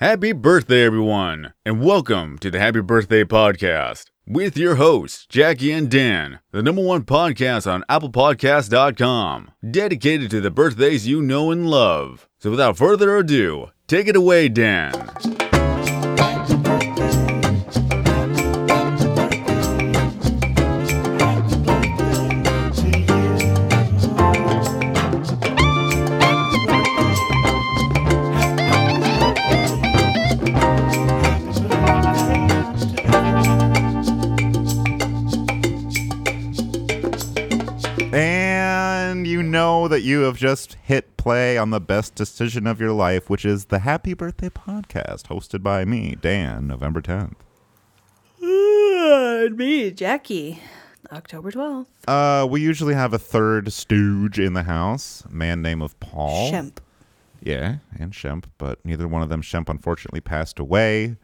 Happy birthday, everyone, and welcome to the Happy Birthday Podcast with your hosts, Jackie and Dan, the number one podcast on ApplePodcast.com, dedicated to the birthdays you know and love. So, without further ado, take it away, Dan. And you know that you have just hit play on the best decision of your life, which is the Happy Birthday Podcast, hosted by me, Dan, November 10th. And me, Jackie, October 12th. Uh, we usually have a third stooge in the house, a man name of Paul. Shemp. Yeah, and Shemp, but neither one of them, Shemp, unfortunately passed away.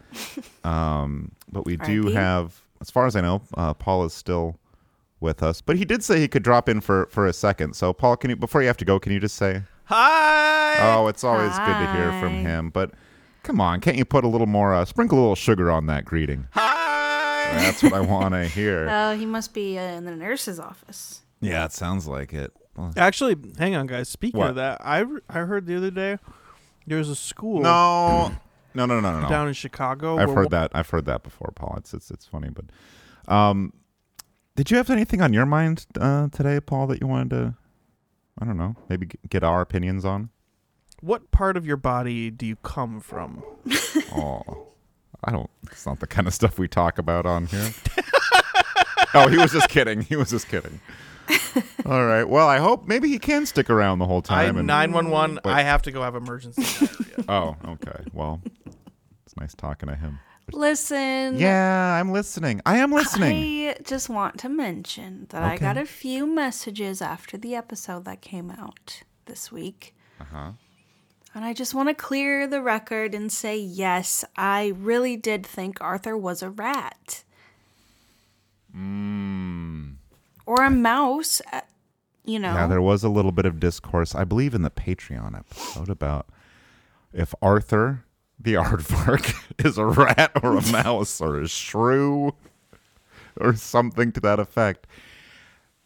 um, but we do R.I.P.. have, as far as I know, uh, Paul is still with us. But he did say he could drop in for, for a second. So, Paul, can you before you have to go, can you just say Hi. Oh, it's always good to hear from Hi. him. But come on, can't you put a little more, uh, sprinkle a little sugar on that greeting? Hi. That's what I want to hear. Oh, he must be uh, in the nurse's office. Yeah, it sounds like it. Well, Actually, hang on, guys. Speaking What? of that, I I heard the other day there was a school No, no, no, no, no, down no. in Chicago. I've where heard one- that. I've heard that before, Paul. It's it's it's funny, but um, did you have anything on your mind uh, today, Paul, that you wanted to? I don't know. Maybe g- get our opinions on. What part of your body do you come from? Oh, I don't. It's not the kind of stuff we talk about on here. oh, he was just kidding. He was just kidding. All right. Well, I hope maybe he can stick around the whole I time. and- nine one one. Wait. I have to go have emergency. diarrhea. oh, okay. Well, it's nice talking to him. Listen. Yeah, I'm listening. I am listening. I just want to mention that I Okay. got a few messages after the episode that came out this week. Uh-huh. And I just want to clear the record and say yes, I really did think Arthur was a rat. Mm. Or a mouse, uh, you know. Yeah, there was a little bit of discourse, I believe, in the Patreon episode about if Arthur the aardvark is a rat or a mouse or a shrew or something to that effect.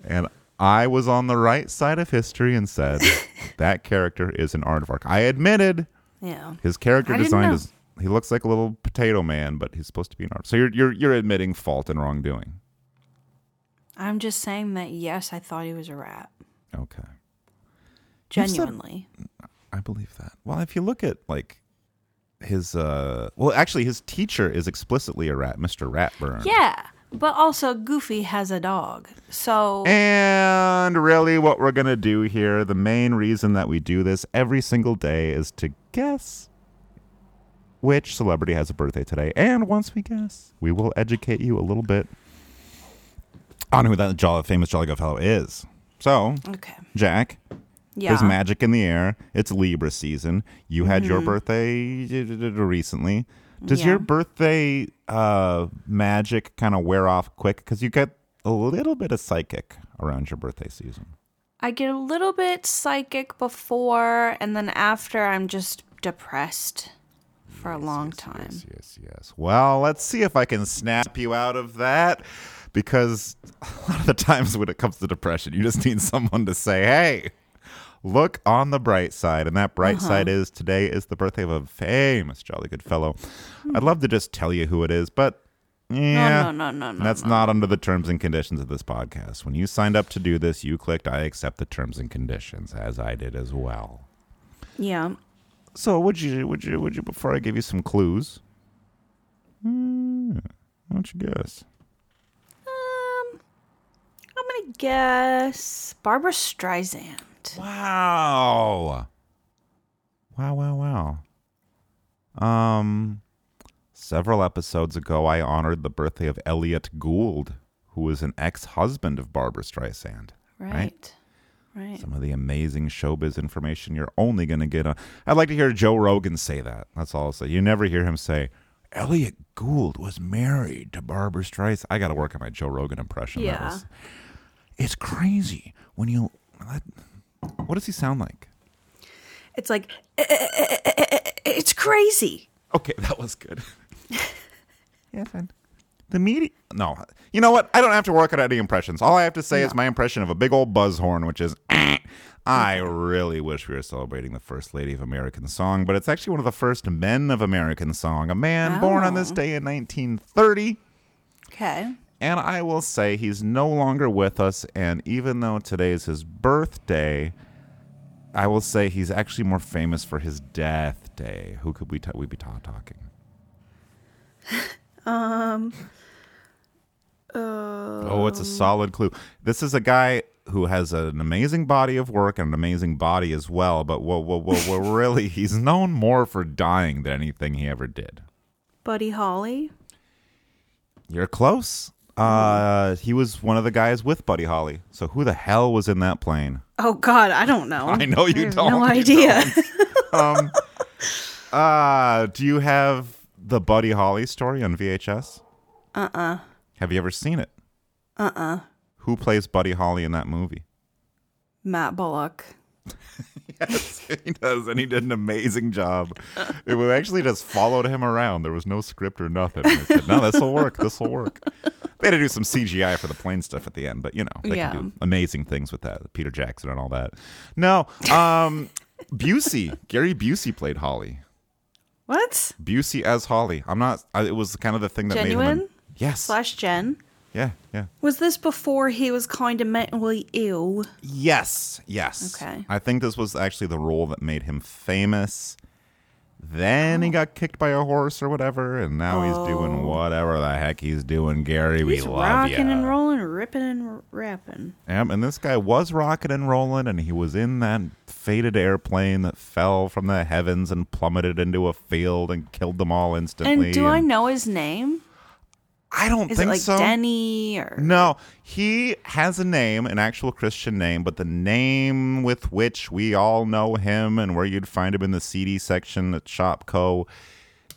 And I was on the right side of history and said that character is an aardvark. I admitted yeah. his character I didn't design know. is he looks like a little potato man, but he's supposed to be an aardvark. So you're you're you're admitting fault and wrongdoing. I'm just saying that yes, I thought he was a rat. Okay. You said- Genuinely. I believe that. Well, if you look at like his uh well actually his teacher is explicitly a rat, Mr. Ratburn. Yeah. But also Goofy has a dog. So And really what we're going to do here, the main reason that we do this every single day is to guess which celebrity has a birthday today. And once we guess, we will educate you a little bit on who that jolly, famous Jolly Good Fellow is. So, Okay. Jack, Yeah. Mm-hmm. There's magic in the air. It's Libra season. You had your birthday d- d- d- recently. Does Yeah. your birthday uh, magic kind of wear off quick? Because you get a little bit of psychic around your birthday season. I get a little bit psychic before and then after I'm just depressed for a long time. Yes, yes. Well, let's see if I can snap you out of that. Because a lot of the times when it comes to depression, you just need someone to say, hey, look on the bright side. And that bright Uh-huh. side is today is the birthday of a famous jolly good fellow. I'd love to just tell you who it is, but yeah. Hmm. No, no, no, no, no. That's not under the terms and conditions of this podcast. When you signed up to do this, you clicked I accept the terms and conditions, as I did as well. Yeah. um, So would you would you would you before I give you some clues? Hmm, why don't you guess? Um I'm going to guess Barbara Streisand. Wow. Wow, wow, wow. Um several episodes ago I honored the birthday of Elliot Gould, who was an ex-husband of Barbara Streisand. Right. Right. Some of the amazing showbiz information you're only going to get on. I'd like to hear Joe Rogan say that. That's all I'll say. You never hear him say, Elliot Gould was married to Barbara Streisand. I got to work on my Joe Rogan impression. That Yeah. was- it's crazy when you. That, what does he sound like? It's like "Eh, eh, eh, eh, eh, eh, it's eh, crazy. Okay, that was good. yeah, fine. The media. No, you know what? I don't have to work out any impressions. All I have to say is my impression of a big old buzz horn, which is. I really wish we were celebrating the first lady of American song, but it's actually one of the first men of American song. A man born on this Oh. day in 1930. Okay. And I will say he's no longer with us. And even though today is his birthday, I will say he's actually more famous for his death day. Who could we ta- we be ta- talking? Uh, Oh, it's a solid clue. This is a guy who has an amazing body of work and an amazing body as well. But whoa, whoa, whoa, whoa, really, he's known more for dying than anything he ever did. Buddy Holly. You're close. Uh, he was one of the guys with Buddy Holly. So who the hell was in that plane? Oh God, Mm, I don't know. I know you have don't. No You idea. um, uh, do you have the Buddy Holly story on VHS? Uh uh Uh-uh. Have you ever seen it? Uh uh Who plays Buddy Holly in that movie? Matt Bullock. Yes, he does, and he did an amazing job. It was actually just followed him around. There was no script or nothing. They said, no, this will work. This will work. They had to do some CGI for the plane stuff at the end, but you know they Yeah. can do amazing things with that. Peter Jackson and all that. No, um, Busey, Gary Busey played Holly. What? Busey as Holly. I'm not. I, it was kind of the thing that made him. Genuine? an- yes. Slash Jen. Yeah. Yeah. Was this before he was kind of mentally ill? Yes. Yes. Okay. I think this was actually the role that made him famous. Then Oh. he got kicked by a horse or whatever, and now he's doing whatever the heck he's doing. Gary, we He's love you. rocking and rolling, ripping and rapping. Yep, and this guy was rocking and rolling, and he was in that fated airplane that fell from the heavens and plummeted into a field and killed them all instantly. And do I know his name? um, I don't Is it think like so. Denny or No, he has a name, an actual Christian name, but the name with which we all know him and where you'd find him in the CD section at Shopco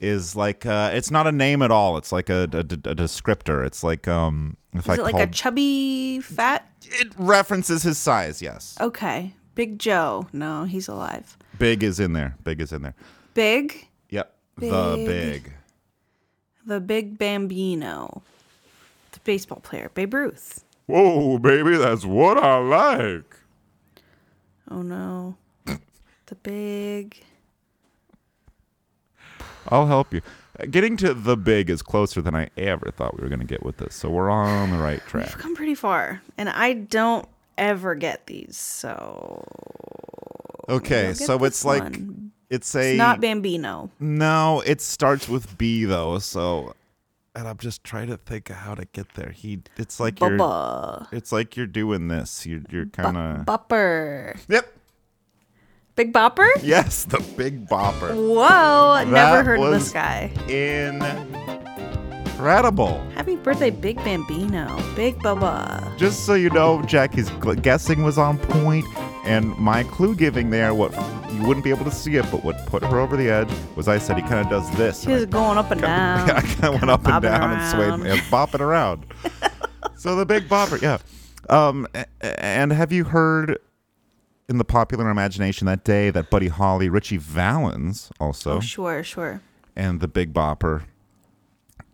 is like uh, it's not a name at all. It's like a, a- a descriptor. It's like um, if I Is it like a called- chubby fat? it references his size. Yes, Oh. Okay, Big Joe. No, he's alive. big is in there. Big is in there. Big, Yep, the Big. big. the Big Bambino, the baseball player, Babe Ruth. Whoa, baby, that's what I like. Oh no, the Big. I'll help you. Uh, Getting to the big is closer than I ever thought we were going to get with this, so we're on the right track. I've come pretty far, and I don't ever get these, so Okay, Look at so this it's like one. it's a it's not Bambino. no. It starts with B though, so and I'm just trying to think of how to get there. He, it's like you're, Bubba, it's like you're doing this. You're you're kind Bu- of Bopper, yep. Big Bopper. Yes, the Big Bopper. Whoa, never That heard of was- this guy. Incredible. Happy birthday, Big Bambino, Big Bubba. Just so you know, Jackie's gl- guessing was on point, and my clue giving there, what you wouldn't be able to see it, but what put her over the edge was I said he kind of does this. She and I was going up and down. Yeah, I kind of went up and bopping down and around. swayed and bopping around. so the big bopper, yeah. Um, a- a- and have you heard in the popular imagination that day that Buddy Holly, Richie Valens, also, Oh, sure, sure. and the Big Bopper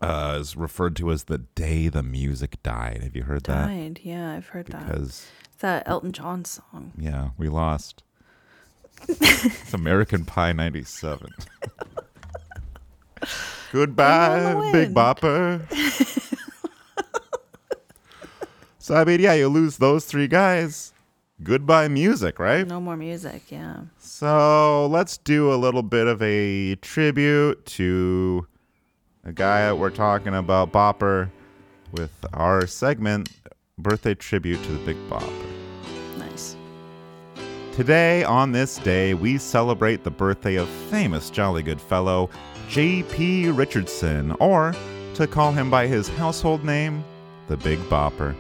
uh, is referred to as the day the music died. Have you heard that? Died. Yeah, I've heard that. Because It's that Elton John song. yeah, we lost. it's American Pie '97. Goodbye, the Big wind. Bopper. so I mean, yeah, you lose those three guys. Goodbye, music, right? No more music. Yeah. So let's do a little bit of a tribute to a guy that we're talking about, Bopper, with our segment, Birthday Tribute to the Big Bopper. Nice. Today, on this day, we celebrate the birthday of famous jolly good fellow J.P. Richardson, or to call him by his household name, the Big Bopper.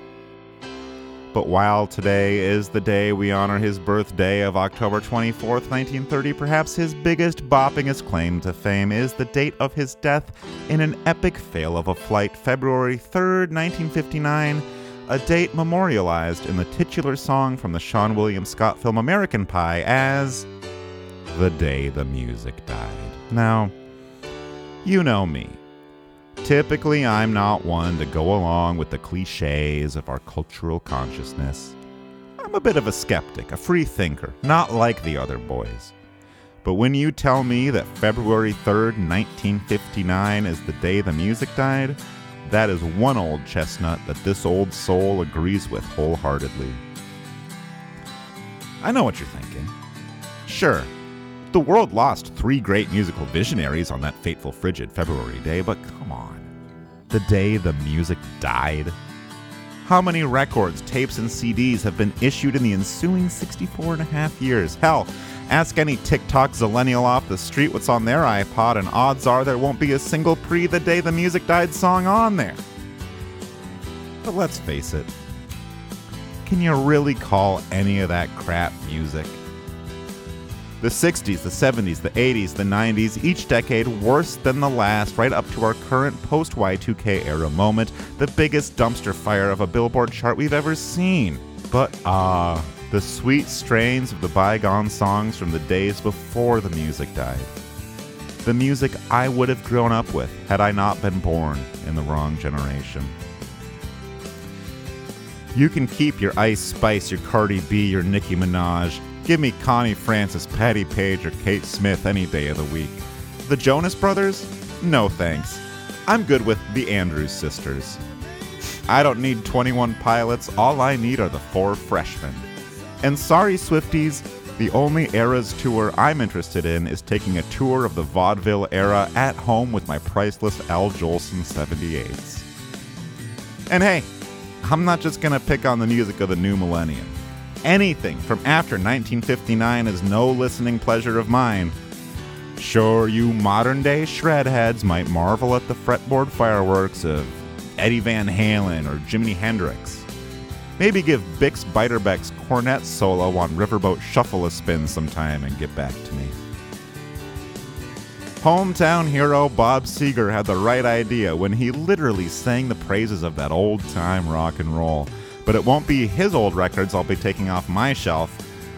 But while today is the day we honor his birthday of October 24th, 1930, perhaps his biggest boppingest claim to fame is the date of his death in an epic fail of a flight, February 3rd, 1959, a date memorialized in the titular song from the Sean William Scott film American Pie as The Day the Music Died. Now, You know me. Typically, I'm not one to go along with the cliches of our cultural consciousness. I'm a bit of a skeptic, a free thinker, not like the other boys. But when you tell me that February 3rd, 1959 is the day the music died, that is one old chestnut that this old soul agrees with wholeheartedly. I know what you're thinking. Sure, the world lost three great musical visionaries on that fateful, frigid February day, but come on. The day the music died? How many records, tapes, and CDs have been issued in the ensuing 64 and a half years? Hell, ask any TikTok Zillennial off the street what's on their iPod, and odds are there won't be a single pre the day the music died song on there. But let's face it, can you really call any of that crap music? The 60s, the 70s, the 80s, the 90s, each decade worse than the last, right up to our current post Y2K era moment, the biggest dumpster fire of a Billboard chart we've ever seen. But ah, the sweet strains of the bygone songs from the days before the music died. The music I would have grown up with had I not been born in the wrong generation. You can keep your Ice Spice, your Cardi B, your Nicki Minaj. Give me Connie Francis, Patty Page, or Kate Smith any day of the week. The Jonas Brothers? No thanks. I'm good with the Andrews Sisters. I don't need 21 pilots, all I need are the four freshmen. And sorry, Swifties, the only Eras tour I'm interested in is taking a tour of the vaudeville era at home with my priceless Al Jolson 78s. And hey, I'm not just going to pick on the music of the new millennium. Anything from after 1959 is no listening pleasure of mine. Sure, you modern day shredheads might marvel at the fretboard fireworks of Eddie Van Halen or Jimi Hendrix. Maybe give Bix Beiderbecke's cornet solo on Riverboat Shuffle a spin sometime and get back to me. Hometown hero Bob Seger had the right idea when he literally sang the praises of that old time rock and roll. But it won't be his old records I'll be taking off my shelf.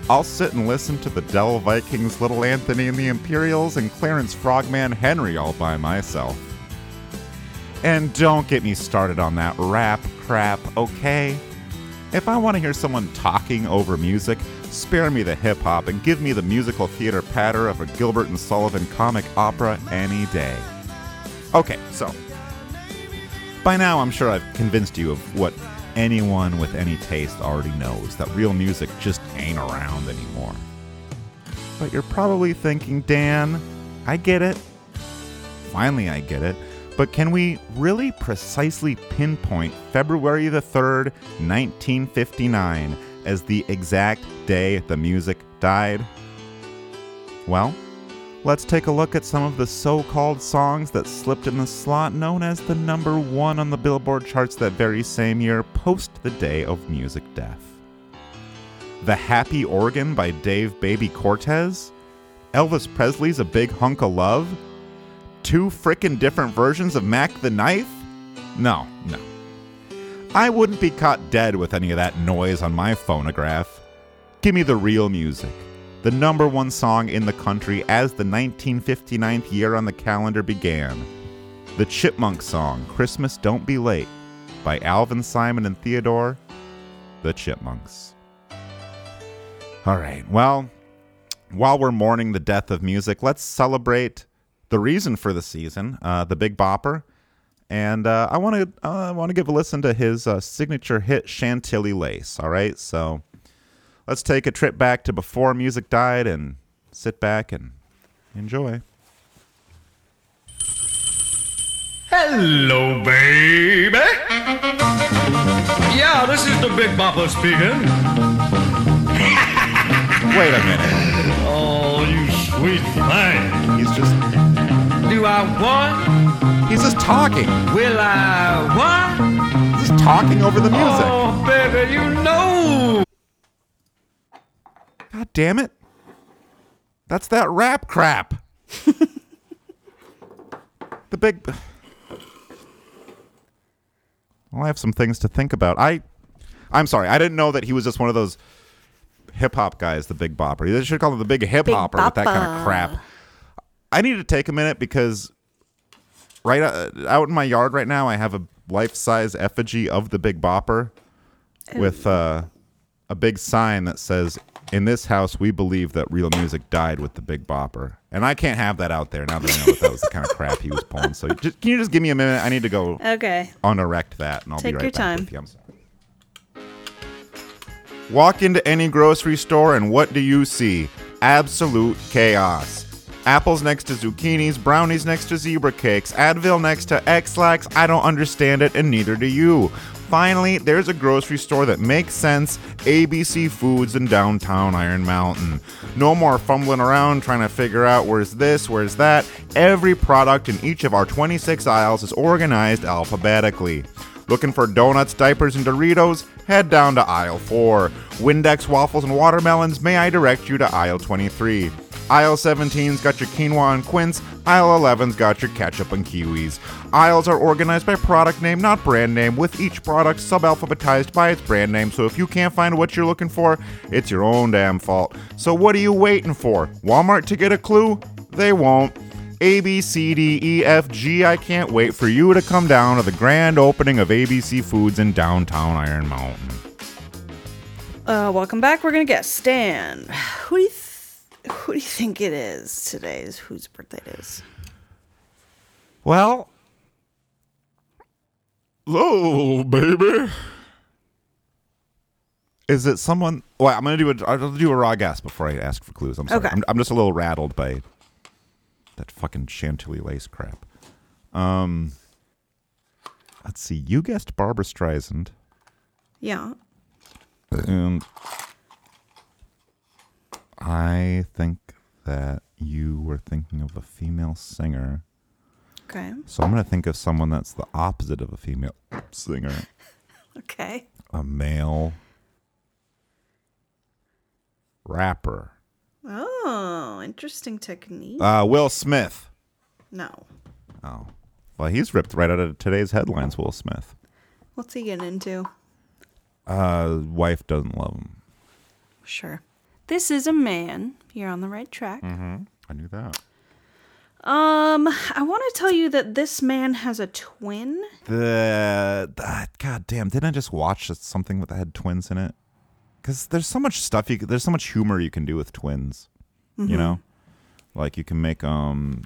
I'll sit and listen to the Dell Vikings, Little Anthony and the Imperials, and Clarence Frogman Henry all by myself. And don't get me started on that rap crap, okay? If I want to hear someone talking over music, spare me the hip hop and give me the musical theater patter of a Gilbert and Sullivan comic opera any day. Okay, so. By now, I'm sure I've convinced you of what anyone with any taste already knows that real music just ain't around anymore. But you're probably thinking, Dan, I get it. Finally, I get it. But can we really precisely pinpoint February the 3rd, 1959, as the exact day the music died? Well, let's take a look at some of the so called songs that slipped in the slot known as the number one on the Billboard charts that very same year, post the day of music death. The Happy Organ by Dave Baby Cortez, Elvis Presley's A Big Hunk of Love, two frickin' different versions of Mac the Knife? No, no. I wouldn't be caught dead with any of that noise on my phonograph. Give me the real music. The number one song in the country as the 1959th year on the calendar began. The Chipmunk song, Christmas Don't Be Late, by Alvin Simon and Theodore, the Chipmunks. All right, well, while we're mourning the death of music, let's celebrate the reason for the season, uh, the Big Bopper, and uh, I want to uh, I want to give a listen to his uh, signature hit Chantilly Lace. All right, so let's take a trip back to before music died and sit back and enjoy. Hello, baby. Yeah, this is the Big Bopper speaking. Wait a minute, Oh, you sweet thing. he's just Do I want? he's just talking, Will I want? he's just talking over the music. Oh, baby, you know. God damn it, that's that rap crap. the big. Well, I have some things to think about. I, I'm sorry, I didn't know that he was just one of those hip hop guys, the Big Bopper. They should call him the Big Hip Big Hopper with that kind Bopper. of crap. I need to take a minute because right uh, out in my yard right now, I have a life-size effigy of the Big Bopper with uh, a big sign that says, "In this house, we believe that real music died with the Big Bopper." And I can't have that out there now that I know that, that was the kind of crap he was pulling. So, just, can you just give me a minute? I need to go Okay. unerect that, and I'll Uh, Take be right your back time. with you. I'm sorry. Walk into any grocery store, and what do you see? Absolute chaos. Apples next to zucchinis, brownies next to zebra cakes, Advil next to X-Lax. I don't understand it, and neither do you. Finally, there's a grocery store that makes sense ABC Foods in downtown Iron Mountain. No more fumbling around trying to figure out where's this, where's that. Every product in each of our 26 aisles is organized alphabetically. Looking for donuts, diapers, and Doritos? Head down to aisle 4. Windex waffles and watermelons? May I direct you to aisle 23. Aisle 17's got your quinoa and quince. Aisle 11's got your ketchup and kiwis. Aisles are organized by product name, not brand name, with each product subalphabetized by its brand name. So if you can't find what you're looking for, it's your own damn fault. So what are you waiting for? Walmart to get a clue? They won't. A B C D E F G. I can't wait for you to come down to the grand opening of ABC Foods in downtown Iron Mountain. Uh, welcome back. We're gonna guess. Dan, who do you th- who do you think it is today? Is whose birthday it is? Well, hello, baby. Is it someone? Well, I'm gonna do a I'll do a raw guess before I ask for clues. I'm sorry. Okay. I'm, I'm just a little rattled by that fucking chantilly lace crap. Um, let's see. You guessed Barbara Streisand. Yeah. And I think that you were thinking of a female singer. Okay. So I'm going to think of someone that's the opposite of a female singer, Okay. a male rapper. Oh, interesting technique. Uh, Will Smith. no. Oh. Well, he's ripped right out of today's headlines, Will Smith. What's he getting into? Uh, wife doesn't love him. Sure. This is a man. You're on the right track. I knew that. Um, I want to tell you that this man has a twin. the, the god damn didn't i just watch something that had twins in it because there's so much stuff you c- there's so much humor you can do with twins you know Mm-hmm. like you can make um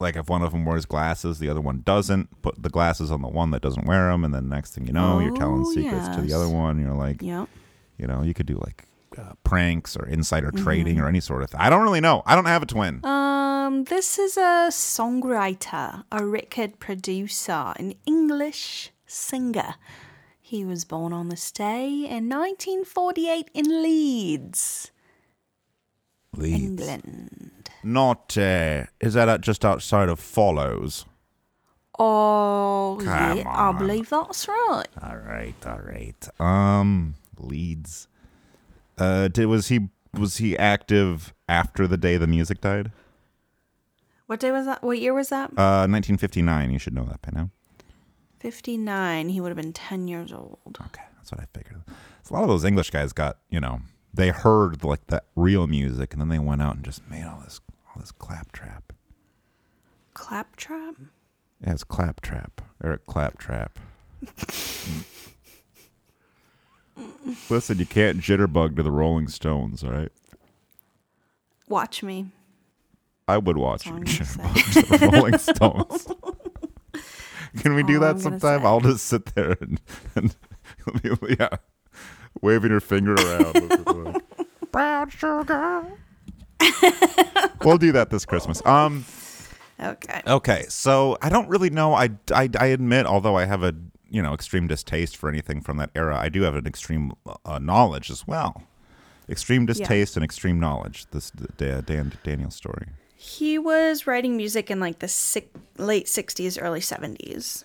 like if one of them wears glasses the other one doesn't put the glasses on the one that doesn't wear them and then next thing you know you're telling Oh, secrets to yes. the other one you're like Yep. you know you could do like uh, pranks or insider Mm-hmm. trading or any sort of thing i don't really know i don't have a twin Um, this is a songwriter, a record producer, an English singer. He was born on this day in 1948 in Leeds, Leeds. England. not uh, is that out- just outside of follows Oh, Come yeah, on. I believe that's right. All right, all right. Um, Leeds. Uh, did was he was he active after the day the music died? What day was that? What year was that? Uh, 1959. You should know that by now. 59. He would have been 10 years old. Okay, that's what I figured. So a lot of those English guys got you know they heard like that real music and then they went out and just made all this all this claptrap. Claptrap? Yeah, it's claptrap. Eric Claptrap. Listen, you can't jitterbug to the Rolling Stones, all right? Watch me. I would watch all you I'm get gonna a bunch of Rolling Stones. Can we do all that I'm gonna sometime? say. I'll just sit there and, and yeah, waving her finger around. Brown sugar. we'll do that this Christmas. Um. Okay. Okay, so I don't really know. I, I, I admit, although I have a you know extreme distaste for anything from that era, I do have an extreme uh, knowledge as well. Extreme distaste and extreme knowledge. This Dan, Dan Daniel's story. He was writing music in like the six, late 60s, early 70s.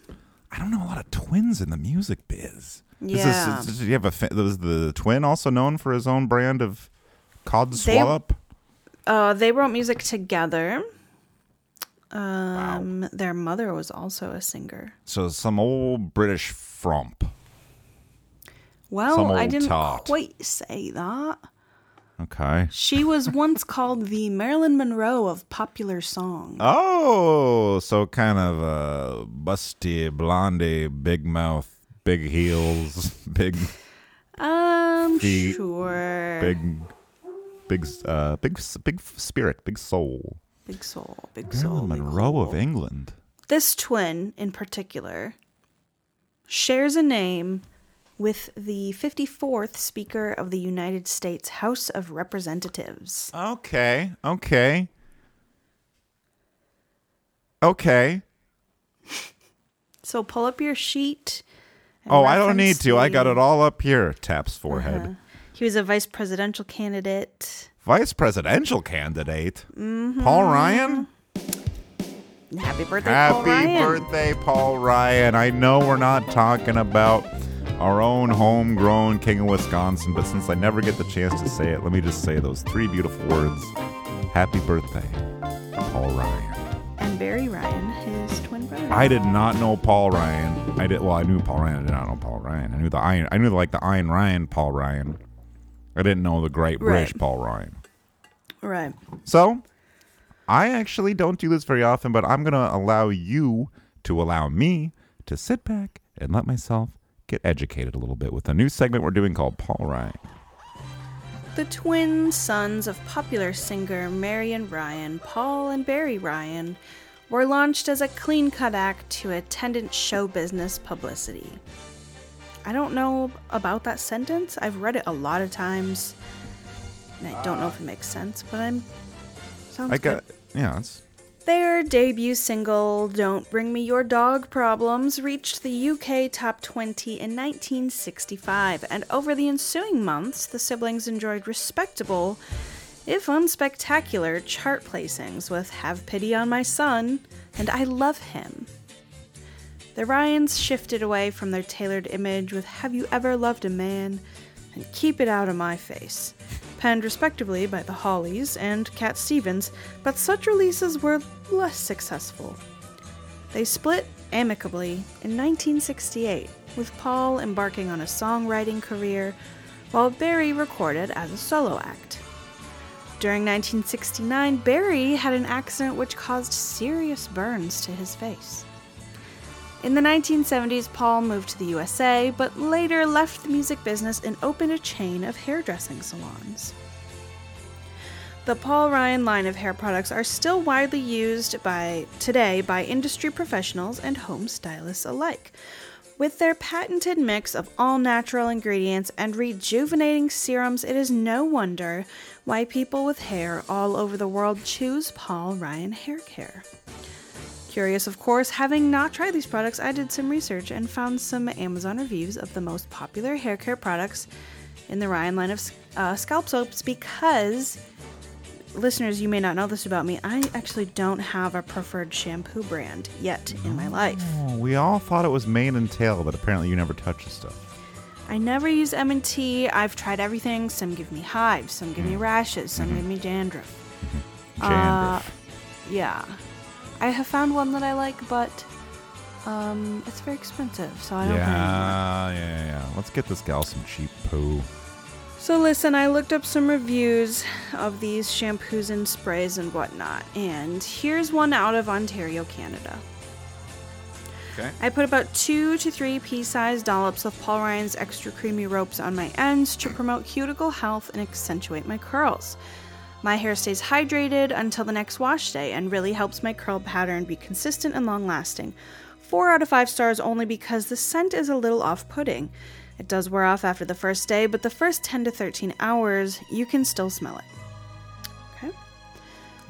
I don't know a lot of twins in the music biz. Is this- Yeah. Is this, you have a fa- was the twin also known for his own brand of cod swallop? Uh, they wrote music together. Um, Their mother was also a singer. So some old British frump. Well, I old didn't tart. quite say that. Okay. She was once called the Marilyn Monroe of popular song. Oh, so kind of a busty, blondie, big mouth, big heels, big, Um, The- sure. big, big, uh, big, big spirit, big soul. Big soul, big soul. Marilyn big Monroe of soul. England. This twin in particular shares a name with the 54th Speaker of the United States House of Representatives. Okay, okay, okay. So pull up your sheet. and Oh, I don't need reference to. I got the- it all up here. Taps Uh-huh. forehead. He was a vice presidential candidate. Vice presidential candidate Paul Ryan. Happy birthday, Mm-hmm. Paul Happy Ryan. birthday, Paul Ryan. I know we're not talking about our own homegrown king of Wisconsin, but since I never get the chance to say it, let me just say those three beautiful words Happy birthday, Paul Ryan. And Barry Ryan, his twin brother. I did not know Paul Ryan. I did well. I knew Paul Ryan. I did not know Paul Ryan. I knew the Iron. I knew like the Iron Ryan, Paul Ryan. I didn't know the Great British Right. Paul Ryan. right. So, I actually don't do this very often, but I'm going to allow you to allow me to sit back and let myself get educated a little bit with a new segment we're doing called Paul Ryan. The twin sons of popular singer Marion Ryan, Paul and Barry Ryan, were launched as a clean cut act to attendant show business publicity. I don't know about that sentence. I've read it a lot of times. And I don't know if it makes sense, but I'm. Sounds I got, good. uh, yeah, it's, Their debut single, Don't Bring Me Your Dog Problems, reached the UK top 20 in 1965, and over the ensuing months, the siblings enjoyed respectable, if unspectacular, chart placings with Have Pity on My Son and I Love Him. The Ryans shifted away from their tailored image with Have You Ever Loved a Man and Keep It Out of My Face, penned respectively by the Hollies and Cat Stevens, but such releases were less successful. They split amicably in 1968, with Paul embarking on a songwriting career while Barry recorded as a solo act. During 1969, Barry had an accident which caused serious burns to his face. In the 1970s, Paul moved to the USA, but later left the music business and opened a chain of hairdressing salons. The Paul Ryan line of hair products are still widely used by today by industry professionals and home stylists alike. With their patented mix of all natural ingredients and rejuvenating serums, it is no wonder why people with hair all over the world choose Paul Ryan hair care. Curious, of course, having not tried these products, I did some research and found some Amazon reviews of the most popular hair care products in the Ryan line of uh, scalp soaps because, listeners, you may not know this about me, I actually don't have a preferred shampoo brand yet in my life. oh, we all thought it was mane and tail, but apparently you never touch the stuff. I never use M&T. I've tried everything. Some give me hives, some give me rashes, some give me dandruff. Uh, Dandruff. Yeah. I have found one that I like, but um, it's very expensive, so I don't buy anymore. yeah, yeah, yeah. Let's get this gal some cheap poo. So, listen, I looked up some reviews of these shampoos and sprays and whatnot, and here's one out of Ontario, Canada. Okay. I put about two to three pea sized dollops of Paul Ryan's extra creamy ropes on my ends to promote cuticle health and accentuate my curls. My hair stays hydrated until the next wash day and really helps my curl pattern be consistent and long lasting. Four out of five stars only because the scent is a little off putting. It does wear off after the first day, but the first 10 to 13 hours, you can still smell it. Okay.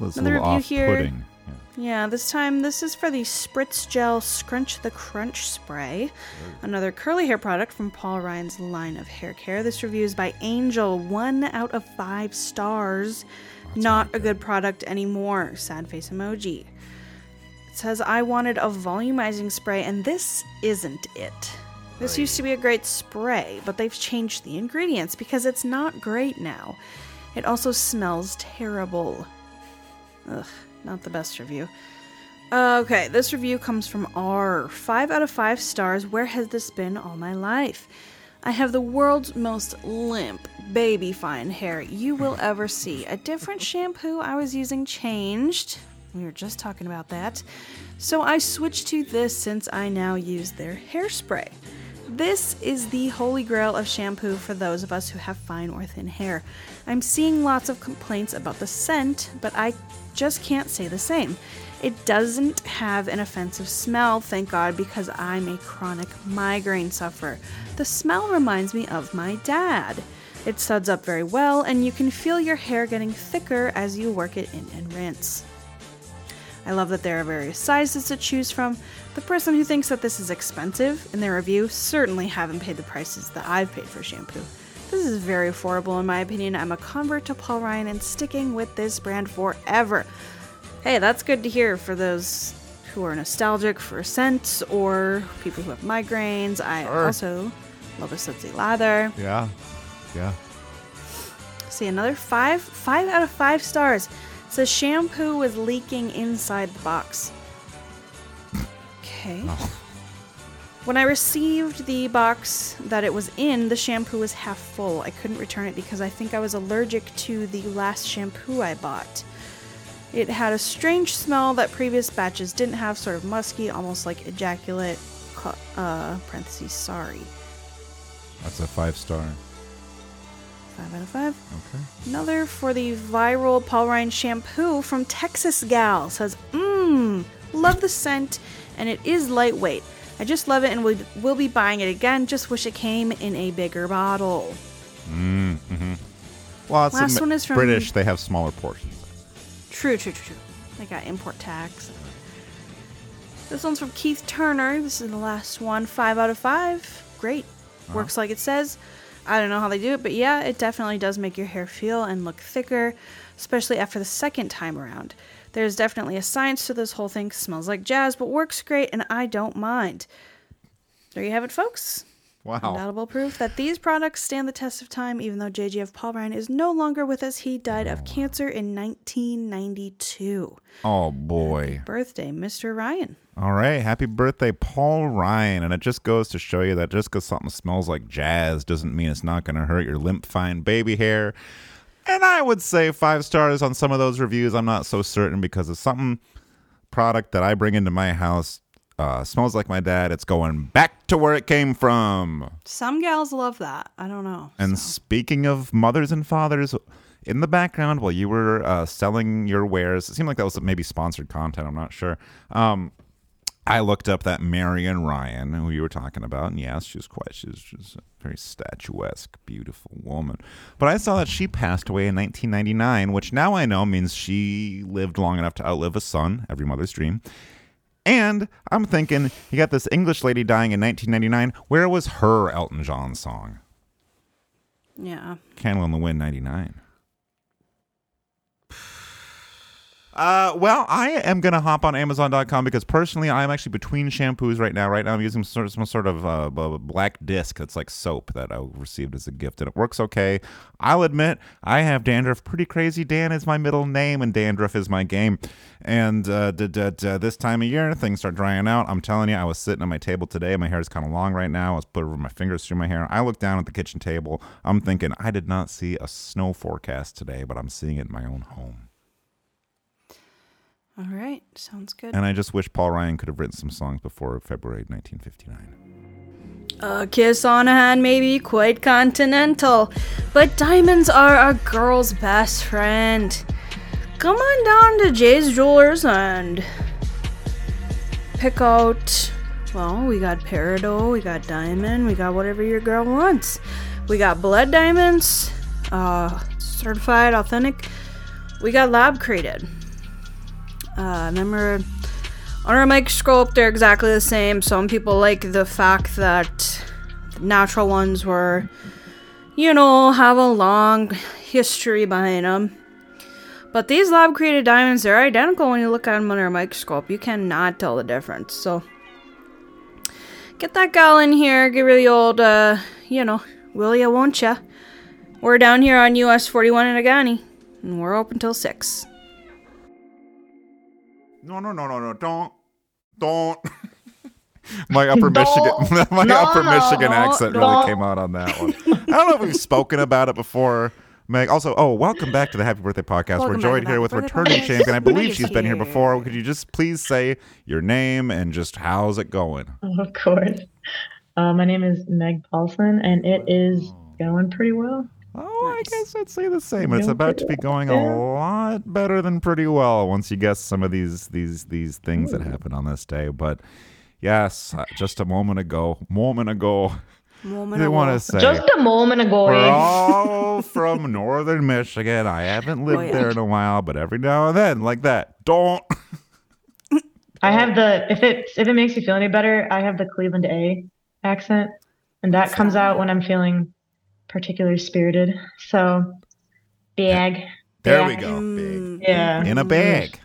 This Another little review here. off-putting. Yeah. Yeah, this time this is for the Spritz Gel Scrunch the Crunch Spray, another curly hair product from Paul Ryan's line of hair care. This review is by Angel, one out of five stars. Not a good product anymore. Sad face emoji. It says, I wanted a volumizing spray, and this isn't it. This used to be a great spray, but they've changed the ingredients because it's not great now. It also smells terrible. Ugh, not the best review. Uh, Okay, this review comes from R. Five out of five stars. Where has this been all my life? I have the world's most limp, baby fine hair you will ever see. A different shampoo I was using changed. We were just talking about that. So I switched to this since I now use their hairspray. This is the holy grail of shampoo for those of us who have fine or thin hair. I'm seeing lots of complaints about the scent, but I just can't say the same. It doesn't have an offensive smell, thank God, because I'm a chronic migraine sufferer. The smell reminds me of my dad. It suds up very well, and you can feel your hair getting thicker as you work it in and rinse. I love that there are various sizes to choose from. The person who thinks that this is expensive in their review certainly haven't paid the prices that I've paid for shampoo. This is very affordable in my opinion. I'm a convert to Paul Ryan and sticking with this brand forever. Hey, that's good to hear for those who are nostalgic for scents or people who have migraines. I Sure. also love a sudsy lather. Yeah. Yeah. See another five, five out of five stars. It says shampoo was leaking inside the box. Okay. When I received the box that it was in, the shampoo was half full. I couldn't return it because I think I was allergic to the last shampoo I bought. It had a strange smell that previous batches didn't have, sort of musky, almost like ejaculate. co- Uh, parentheses, sorry. That's a five star. Five out of five. Okay. Another for the viral Paul Ryan shampoo from Texas Gal says, Mmm, love the scent, and it is lightweight. I just love it and would, will be buying it again. Just wish it came in a bigger bottle. Well, it's Last Am- one is from- British. They have smaller portions. True, true, true, true. They got import tax. This one's from Keith Turner. This is the last one. Five out of five. Great. Works like it says. I don't know how they do it, but yeah, it definitely does make your hair feel and look thicker, especially after the second time around. There's definitely a science to this whole thing. Smells like jazz, but works great, and I don't mind. There you have it, folks. Wow. Undoubtable proof that these products stand the test of time, even though JGF Paul Ryan is no longer with us. He died of cancer in 1992. Oh boy. Birthday, Mr. Ryan. All right. Happy birthday, Paul Ryan. And it just goes to show you that just because something smells like jazz doesn't mean it's not going to hurt your limp, fine baby hair. And I would say five stars on some of those reviews. I'm not so certain because if something product that I bring into my house uh, smells like my dad, it's going back to where it came from. Some gals love that. I don't know. And speaking of mothers and fathers, in the background while you were uh, selling your wares, it seemed like that was maybe sponsored content. I'm not sure. Um, I looked up that Marion Ryan who you were talking about, and yes, she was quite she was, she was a very statuesque, beautiful woman. But I saw that she passed away in 1999, which now I know means she lived long enough to outlive a son, every mother's dream. And I'm thinking, you got this English lady dying in 1999. Where was her Elton John song? yeah. Candle in the Wind 99. Uh, well, I am going to hop on Amazon.com because personally, I'm actually between shampoos right now. Right now, I'm using sort of, some sort of uh, b- b- black disc that's like soap that I received as a gift, and it works okay. I'll admit, I have dandruff pretty crazy. Dan is my middle name, and dandruff is my game. And uh, d- d- d- this time of year, things start drying out. I'm telling you, I was sitting at my table today. My hair is kind of long right now. I was putting my fingers through my hair. I look down at the kitchen table. I'm thinking, I did not see a snow forecast today, but I'm seeing it in my own home. All right. Sounds good. And I just wish Paul Ryan could have written some songs before February 1959. A kiss on a hand may be quite continental, but diamonds are a girl's best friend. Come on down to Jay's Jewelers and pick out. Well, we got peridot, we got diamond, we got whatever your girl wants. We got blood diamonds, uh, certified, authentic. We got lab created. Uh, remember on our microscope, they're exactly the same. Some people like the fact that the natural ones were, you know, have a long history behind them. But these lab created diamonds, they're identical when you look at them under a microscope. You cannot tell the difference. So get that gal in here, give her the old, uh, you know, will ya, won't ya? We're down here on US 41 in Agani, and we're open till 6. No, no, no, no, no. Don't. Don't. My upper Michigan, my No, upper no, Michigan no, accent no. really came out on that one. I don't know if we've spoken about it before, Meg. Also, oh, welcome back to the Happy Birthday Podcast. Welcome We're back to joined the here Happy with Birthday returning Podcast. champion. I believe Thank she's been here you. before. Could you just please say your name and just how's it going? Of course. Uh, my name is Meg Paulson, and it is going pretty well. Oh, I Nice. guess I'd say the same. It's Doing about to pretty be going Yeah. a lot better than pretty well once you guess some of these these these things that happen on this day. But yes, uh, just a moment ago, moment ago, Moment they of want to loss. say Just a moment ago. we're eh? all from northern Michigan. I haven't lived yeah. there in a while, but every now and then, like that, don't. I have the if it if it makes you feel any better, I have the Cleveland A accent, and that comes out when I'm feeling particularly spirited. So bag, There we Yeah. go, big yeah, in a bag.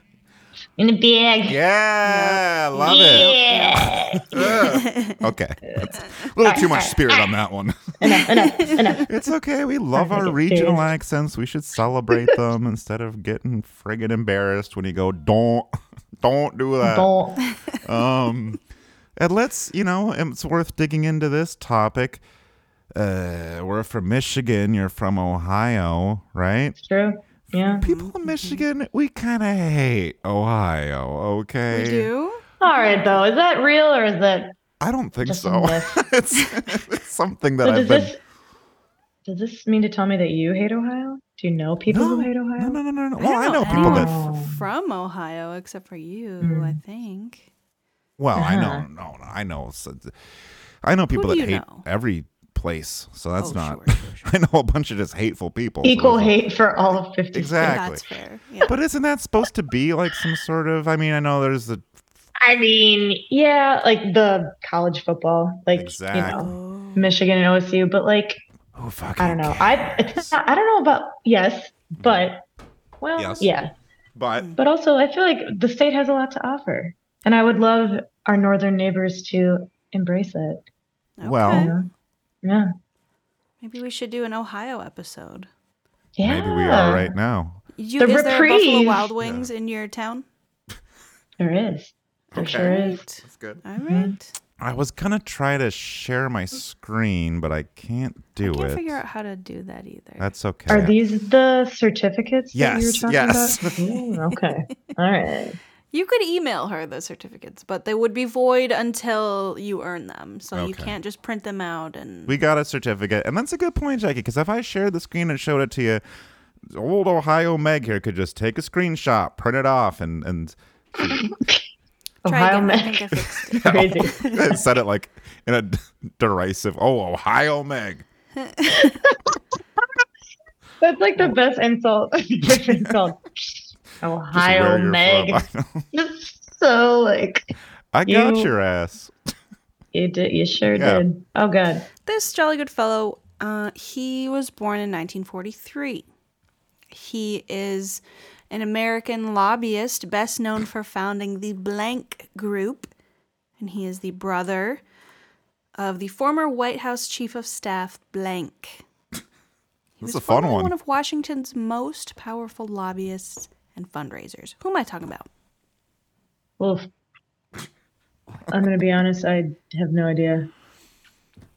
in a bag. Yeah, love it. Ugh. okay, That's a little too much spirit on that one. Enough, enough, enough. It's okay. We love Sorry, our I get regional serious. accents. We should celebrate them instead of getting friggin' embarrassed when you go, don't, don't do that. Don't. Um, and let's, you know, and it's worth digging into this topic. Uh, we're from Michigan. You're from Ohio, right? It's true. Yeah. People in Michigan, we kind of hate Ohio, okay? We do? All right, though. Is that real or is that I don't think Just so. a myth. it's, it's something that So I've does been. this does this mean to tell me that you hate Ohio? Do you know people who hate Ohio? no, no, no, no, no. I Well, Oh, I don't know people anyone that Mm. f- from Ohio except for you, I think. Well, I know, Uh-huh. no, no, I know, s- I know people do that you hate know? every place, so that's Oh, not. sure, sure, I know a bunch of just hateful people. so Equal there's a- hate for all of 50 Exactly. That's fair. Yeah. But isn't that supposed to be like some sort of? I mean, I know there's the I mean, yeah, like the college football, like you Exactly. know, Oh. Michigan and OSU, but like oh fucking. I don't know. I it's not, I don't know about yes, but well, Yes. yeah, But but also I feel like the state has a lot to offer, and I would love our northern neighbors to embrace it. well, You know? Yeah, Maybe we should do an Ohio episode. yeah. maybe we are right now. You, The is there a Buffalo reprieve. Wild Wings in your town? There is. There Okay. sure is. That's good. All right. I was gonna try to share my screen, but I can't do Can't it. figure out how to do that either. That's okay. Are these the certificates that you were Yes, yes. talking about? Mm, okay. All right. You could email her the certificates, but they would be void until you earn them. So you Okay. can't just print them out and We got a certificate, and that's a good point, Jackie. Because if I shared the screen and showed it to you, old Ohio Meg here could just take a screenshot, print it off, and and try Ohio again. I Meg. think I fixed Oh. it. Crazy. it said it like in a derisive, "Oh, Ohio Meg." That's like the best insult. Best insult. Just where Ohio you're Meg. from. Just so like I got You- your ass. you did. You sure Yeah. did. Oh god. This jolly good fellow, uh, he was born in 1943. He is an American lobbyist, best known for founding the Blank Group, and he is the brother of the former White House Chief of Staff Blank. This is a was fun formerly one. One of Washington's most powerful lobbyists and fundraisers. Who am I talking about? Oof. I'm gonna be honest. I have no idea.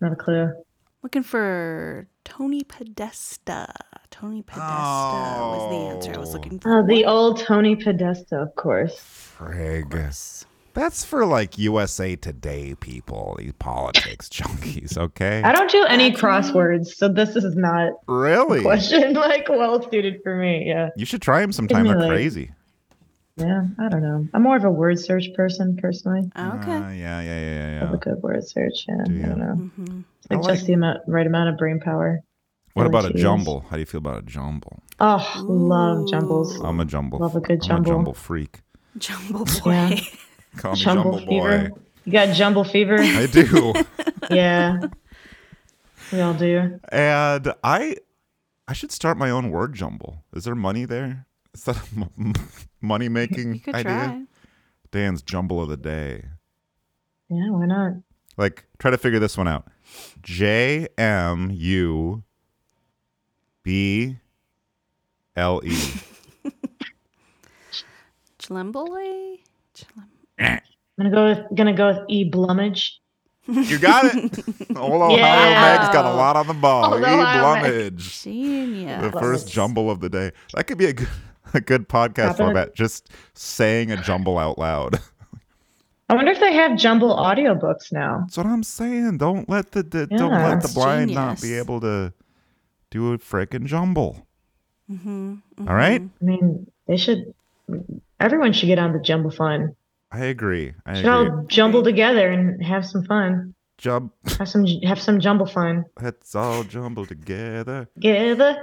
Not a clue. Looking for Tony Podesta. Tony Podesta was the answer I was Oh. looking for. Oh, the old Tony Podesta, of course. Frig. Yes. That's for like USA Today people, these politics junkies. Okay, I don't do any crosswords, so this is not a really. question like well suited for me. Yeah. You should try them sometime. They're Isn't it like- crazy. Yeah, I don't know. I'm more of a word search person personally. Okay. Uh, yeah, yeah, yeah, yeah. Of a good word search. Yeah, Do I ya? don't know. Mhm. It's like, Oh. I just the amount, right amount of brain power. What Really about a cheese. jumble? How do you feel about a jumble? Oh, love Ooh. jumbles. I'm a jumble. Love a good I'm jumble. a jumble freak. Jumbo boy. Yeah. Call me Jumble, jumble, fever. boy. You got jumble fever. I do. yeah, we all do. and I, I should start my own word jumble. Is there money there? Is that a money You making could idea? try. Dan's jumble of the day. Yeah, why not? Like, try to figure this one out. J M U B L E. Chlimboli? Chlim- I'm gonna go with gonna go with E Blummage. You got it. Old Ohio Yeah. Meg's got a lot on the ball. Old E. Ohio Meg. Blummage. The Genius. first jumble of the day. That could be a good, a good podcast Stop it. format. Just saying a jumble out loud. I wonder if they have jumble audiobooks now. That's what I'm saying. Don't let the, the don't Yeah. let the That's blind not be genius. able to do a freaking jumble. Mm-hmm, All right, I mean, they should. Everyone should get on the jumble fun. I agree. I Should agree. all jumble together and have some fun. Jump. Have some have some jumble fun. Let's all jumble together. Together,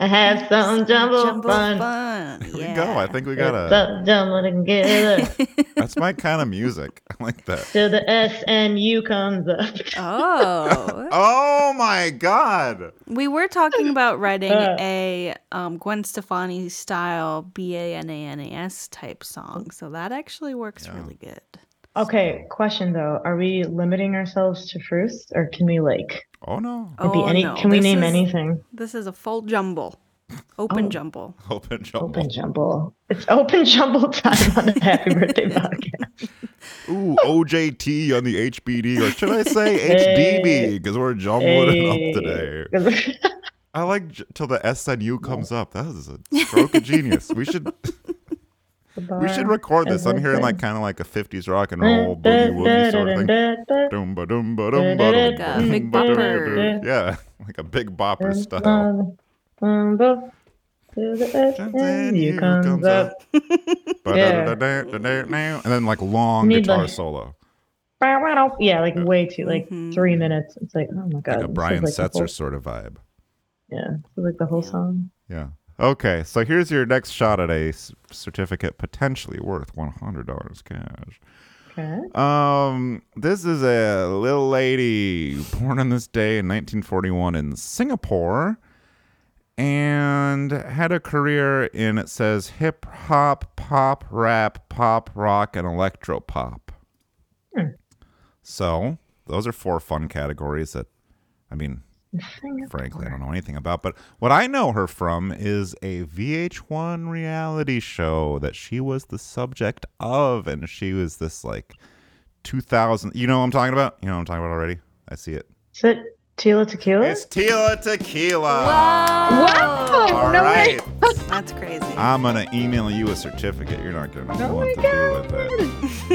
have some jumble, fun. Here we go. I think we got a. Some jumble together That's my kind of music. I like that. till the S and U comes up. Oh, Oh my god. we were talking about writing Uh. a um, Gwen Stefani style B A N A N A S type song, so that actually works really good. Okay, question though: Are we limiting ourselves to fruits, or can we like Oh no. it be Oh, any? Oh. no, Can we this name is- anything? This is a full jumble, open jumble. Open jumble. Open jumble. It's open jumble time on the Happy Birthday podcast. Ooh, OJT on the HBD, or should I say HDB? Because we're jumbling it up today. Hey. I like j- till the SNU comes up. That is a stroke of genius. We should we should record this. I'm hearing like kind of like a 50s rock and roll boogie woogie sort of thing. Doom ba doom ba doom ba doom Like a big ba doom ba bopper. doom. Yeah, like a big bopper style. You comes up. Ba-da-da-da-da-da-da. And then like long Need guitar like- solo. Yeah, like way too, like three minutes. It's like, oh my god. Like a this is Brian like the whole- Setzer sort of vibe. Yeah, this is like the whole song. Yeah. Okay, so here's your next shot at a s- certificate potentially worth $100 cash. Okay. Um, this is a little lady born on this day in 1941 in Singapore and had a career in it says hip hop, pop, rap, pop, rock and electro pop. So, those are four fun categories that I mean, frankly, I don't know anything about, but what I know her from is a VH1 reality show that she was the subject of and she was this like 2000. You know what I'm talking about? You know what I'm talking about already? I see it. Is it Tila Tequila? It's Tila Tequila. wow! All no way. right. That's crazy. I'm going to email you a certificate. You're not going to know Oh what to my do with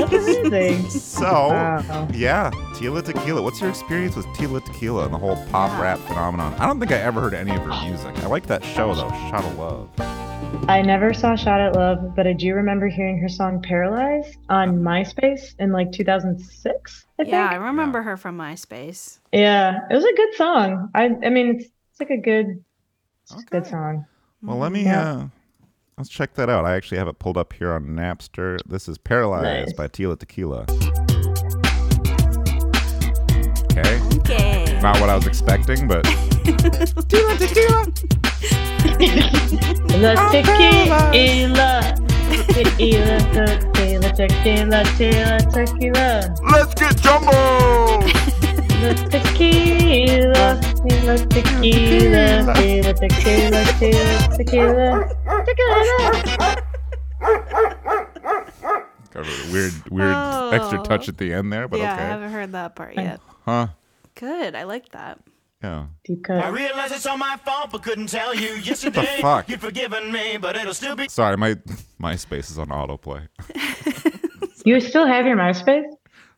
it. That's amazing. So, Wow. yeah, Tila Tequila. What's your experience with Tila Tequila and the whole pop rap phenomenon? I don't think I ever heard any of her music. I like that show, though, Shot of Love. I never saw Shot at Love, but I do remember hearing her song Paralyzed on MySpace in like 2006, I think. yeah, I remember her from MySpace. Yeah, it was a good song. I I mean, it's, it's like a good, it's a good Okay. song. Well, let me Yeah. uh, let's check that out. I actually have it pulled up here on Napster. This is Paralyzed Nice. by Tila Tequila. Okay, Okay. not what I was expecting, but Tila Tequila. La tequila, tequila, tequila, tequila, tequila, tequila, Let's get jumbled. la tequila, tequila, tequila, tequila, tequila, tequila, tequila, tequila. Got a really weird, weird extra Oh. touch at the end there, but yeah, I okay. haven't heard that part yet. Huh? Good. I like that. Yeah. Deep cut. realize it's all my fault, but couldn't tell you yesterday. fuck? You'd forgiven me, but it'll still be. Sorry, my MySpace is on autoplay. You still have your MySpace?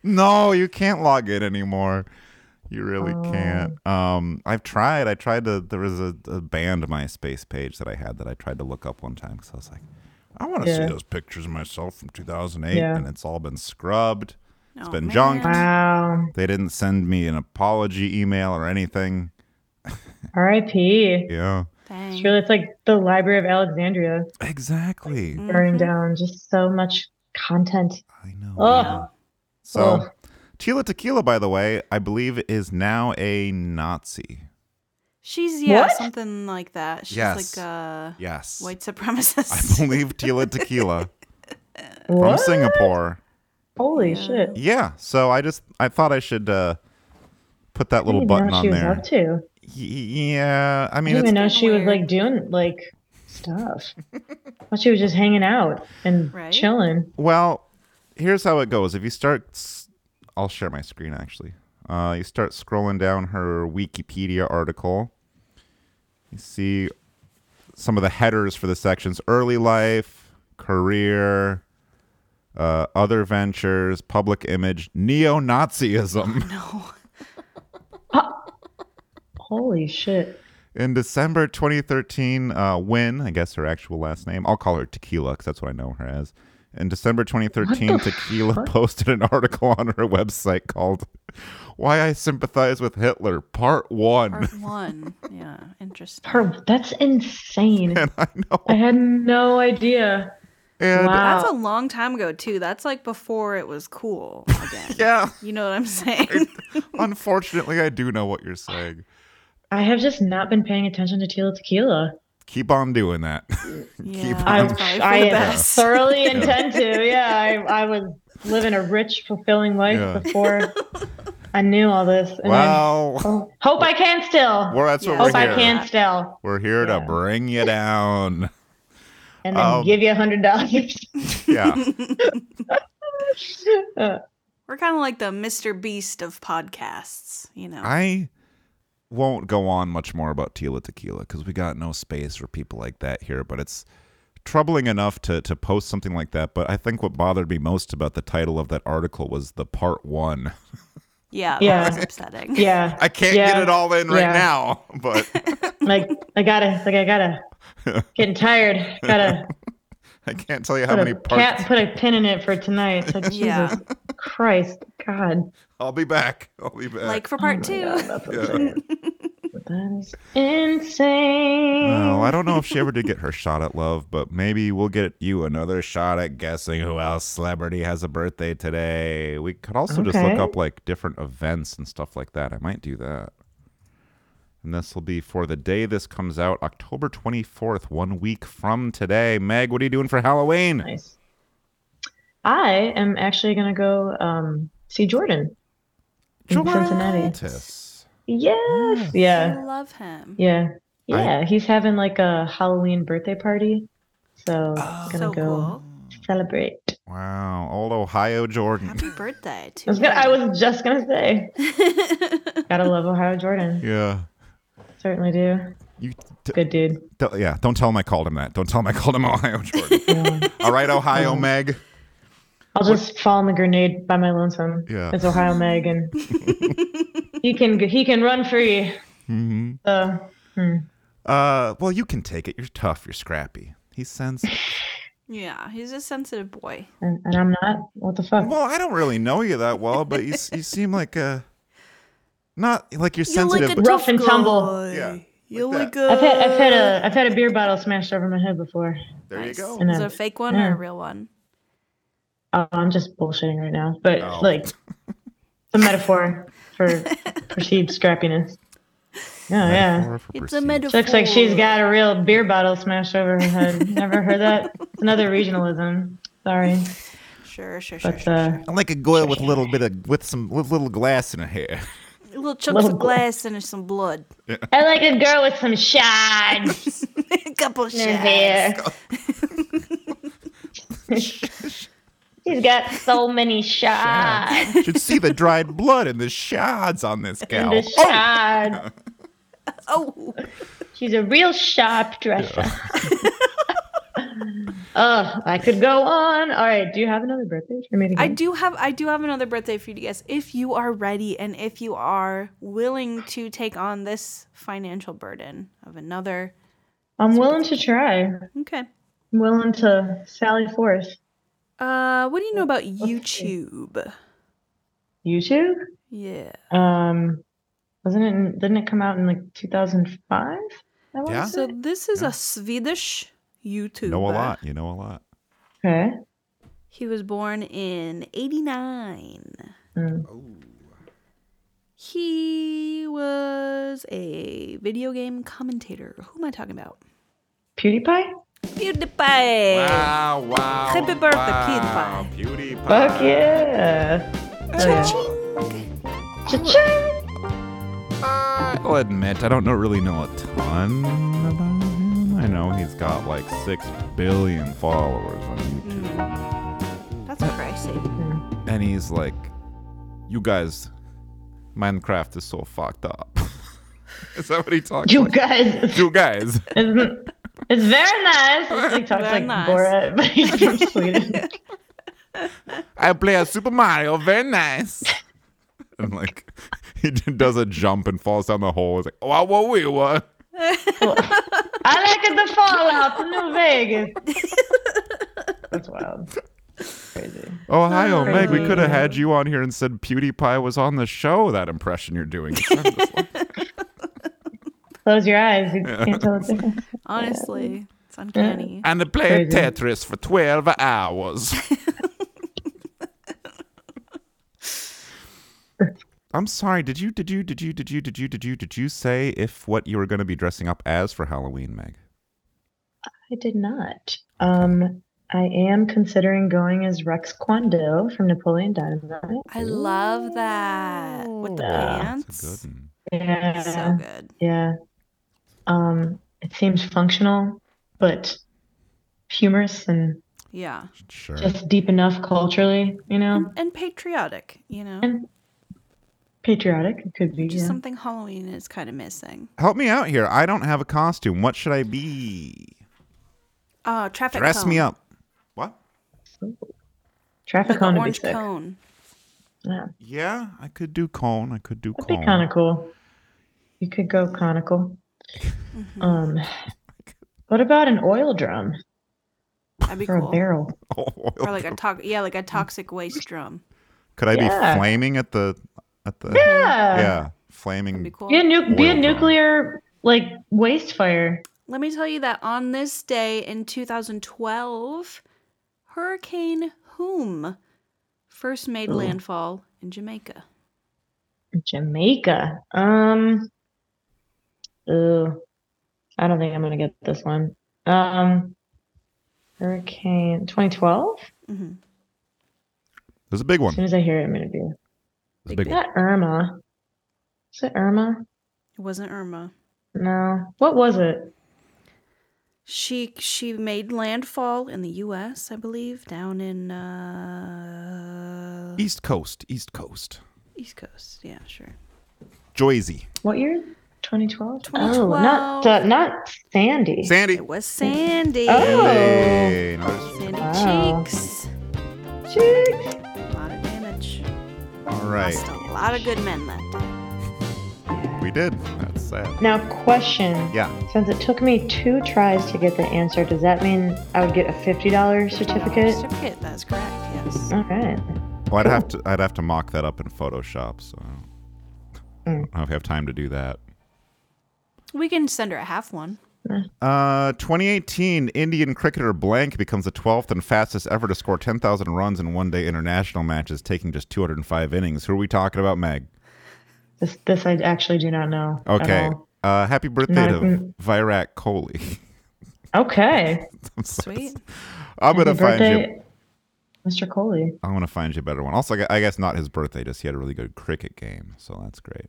No, you can't log in anymore. You really can't. Oh. Um, I've tried. I tried to. There was a, a banned MySpace page that I had that I tried to look up one time because I was like, I want to see Yeah. those pictures of myself from 2008, Yeah. and it's all been scrubbed. It's Oh, been man. junked. Wow. They didn't send me an apology email or anything. R.I.P. Yeah, Dang. It's really it's like the Library of Alexandria exactly. Mm-hmm. burning down. Just so much content. I know. Oh, So, Ugh. Tila Tequila, by the way, I believe is now a Nazi. She's yeah, What? something like that. She's Yes. like a Yes. white I supremacist. believe Tila Tequila from what? Singapore. Holy shit! Yeah. So I just I thought I should uh, put that I little didn't even button on know what she was there. up to. Y- Yeah. I I mean, didn't it's, even know she was weird. like doing like stuff. but she was just hanging out and Right? chilling. well, here's how it goes. If you start, s- I'll share my screen actually. Uh, you start scrolling down her Wikipedia article. You see some of the headers for the sections: early life, career, uh, other ventures, public image, neo-Nazism. Holy shit. In December 2013, uh, Wynn, I guess her actual last name, I'll call her Tequila because that's what I know her as. In December 2013, Tequila posted an article on her website called Why I Sympathize with Hitler, Part 1. Part one. Yeah, interesting. Her that's insane. I know. I had no idea. And Wow. That's a long time ago too. That's like before it was cool again. yeah, You know what I'm saying? unfortunately, I do know what you're saying. I have just not been paying attention to Tila Tequila. Keep on doing that. Yeah, I, probably for I the best. thoroughly intend to. Yeah, I, I was living a rich, fulfilling life Yeah. before I knew all this. And I, well, oh, hope I can still. well, that's Yeah. what hope we're I here. can still. We're here to bring you down. And then Um, give you a hundred dollars. Yeah. We're kind of like the Mr. Beast of podcasts, you know. I won't go on much more about Tila Tequila because we got no space for people like that here. But it's troubling enough to to post something like that. But I think what bothered me most about the title of that article was the part one. yeah, Yeah. that was upsetting. yeah. I can't Yeah. get it all in right Yeah. now, but Like I gotta like I gotta getting tired. Gotta I can't tell you how put many a parts. cat put a pin in it for tonight. It's like Jesus Yeah. Christ. God. I'll be back. I'll be back. Like for Oh part two. That is insane. No, Oh, I don't know if she ever did get her shot at love, but maybe we'll get you another shot at guessing who else celebrity has a birthday today. We could also just look Okay. up like different events and stuff like that. I might do that. And this will be for the day this comes out, October 24th, one week from today. Meg, what are you doing for Halloween? Nice. I am actually going to go um, see Jordan in Cincinnati. Tiss. Yes. I Yeah. love him. Yeah. I- Yeah. He's having like a Halloween birthday party. So going to Oh, So go cool. celebrate. Wow. Old Ohio Jordan. Happy birthday I to was, gonna, I him. was just going to say. Gotta love Ohio Jordan. Yeah. Certainly do. You t- Good dude. t- yeah, don't tell him I called him that. Don't tell him I called him Ohio Jordan. All right, Ohio Meg. I'll just fall in the grenade by my lonesome. Yeah. It's Ohio Meg and he can he can run free. Mm-hmm. So Uh, well, you can take it. You're tough. You're scrappy. He sends. Yeah, he's a sensitive boy. and, and I'm not. What the fuck? Well, I don't really know you that well, but you s- you seem like a not like you're sensitive. but- Rough and tumble. yeah, You like that. look good. I've had I've had a I've had a beer bottle smashed over my head before. there you go. And Is it a- a fake one or a real one? Oh, I'm just bullshitting right now, but Oh. like the metaphor for perceived scrappiness. Oh yeah, Metaphor for It's a perceived. metaphor. looks like she's got a real beer bottle smashed over her head. Never heard that. It's another regionalism. Sorry, Sure, sure, sure. but sure, uh, sure. I like a girl with a little bit of with some with little glass in her hair. A little chunks little of glass and some blood. I like a girl with some shots a couple in her shots. hair. She's got so many shots. Should see the dried blood and the shards on this gal. The shots. Oh, She's a real sharp dresser. Ugh, I could go on. All right, do you have another birthday? I mean, I do have I do have another birthday for you to guess if you are ready and if you are willing to take on this financial burden of another. I'm willing to try. I'm Okay. willing to sally forth. Uh, what do you know about YouTube? YouTube? Yeah. Um, wasn't it? In, didn't it come out in like 2005? Yeah. So this is a Swedish YouTuber. know a lot. You know a lot. Okay. He was born in 89. Mm. Oh. He was a video game commentator. Who am I talking about? PewDiePie? PewDiePie. Wow! Wow! Happy birthday, wow. PewDiePie. Fuck yeah. Oh, Cha-ching. I'll admit, I don't know, really know a ton about him. I know he's got like six billion followers on YouTube. That's crazy. I see. and he's like, "You guys, Minecraft is so fucked up." is that what he talks? You like? guys, you guys. isn't- it's very nice. It's like talks Very nice. like Borat, but he's from Sweden. I play a Super Mario, very nice. and like, he does a jump and falls down the hole. He's like, "Wow, whoa, we what?" I like it the Fallout, the New Vegas. That's wild. Crazy. Ohio, Meg, Oh, we Crazy. could have had you on here and said PewDiePie was on the show. That impression you're doing. Close your eyes. You can't tell the difference. Honestly, it's uncanny. and they play Crazy. Tetris for 12 hours. I'm sorry. Did you did you did you did you did you did you did you say if what you were going to be dressing up as for Halloween, Meg? I did not. Um, I am considering going as Rex Quando from Napoleon Dynamite. I love that with the pants. That's a good one. Yeah. So good. Yeah. Um, it seems functional, but humorous and Yeah. Sure. just deep enough culturally, you know, And patriotic, you know. and patriotic. It could be. Just yeah. something Halloween is kind of missing. Help me out here. I don't have a costume. What should I be? Oh, traffic Dress me cone. up. What? Like Traffic an cone would be orange sick. cone. Yeah, Yeah, I could do cone. I could do that'd cone. be kind of cool. You could go conical. Mm-hmm. um, what about an oil drum That'd be or a cool. barrel? Oh, Or like a to- yeah, like a toxic waste drum. could I Yeah. be flaming at the at the Yeah. yeah That'd be flaming? cool. Be a, nu- be Oil drum. a nuclear like waste fire. Let me tell you that on this day in 2012, Hurricane Whom first made landfall in Jamaica. Jamaica. Um. Ooh, I don't think I'm gonna get this one. Um. Hurricane 2012. hmm There's a big As one. soon as I hear it, I'm gonna be. There's a big Is one. that Irma? Is it Irma? It wasn't Irma. No. What was it? She she made landfall in the U.S. I believe down in uh, East Coast, East Coast, East Coast. Yeah, sure. Joyzy, What year? 2012. Oh, 2012. not uh, not Sandy. Sandy. It was Sandy. Oh. Hey, nice. Sandy Wow. cheeks. Cheeks. A lot of damage. All right, Lost a lot of good men that day. we did. That's sad. Now, question. Yeah. Since it took me two tries to get the answer, does that mean I would get a $50 certificate? Certificate. That's correct. Yes. All right. Well, I'd have to I'd have to mock that up in Photoshop. So I don't, Mm. I don't know if I have time to do that. We can send her a half one. Uh, 2018, Indian cricketer Blank becomes the 12th and fastest ever to score 10,000 runs in one-day international matches, taking just 205 innings. Who are we talking about, Meg? This, this I actually do not know. at Okay. all. Uh, happy birthday Not to even- Virat Kohli. Okay. Sweet. I'm gonna Happy find birthday, you. Mr. Coley. I'm gonna find you a better one. Also, I gue- I guess not his birthday. Just he had a really good cricket game, so that's great.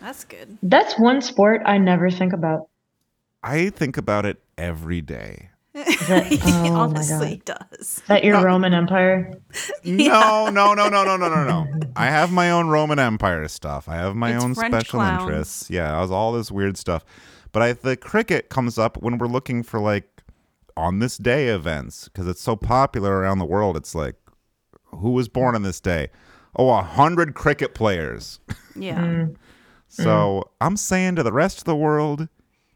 That's good. That's one sport I never think about. I think about it every day. That, He oh my honestly God. does. Is that your Roman Empire? No, no, no, no, no, no, no, no. I have my own Roman Empire stuff. I have my It's own French special clowns. interests. Yeah, I was all this weird stuff. But I, the cricket comes up when we're looking for like on this day events because it's so popular around the world. It's like, who was born on this day? Oh, a hundred cricket players. Yeah. Hmm. So Mm-hmm. I'm saying to the rest of the world,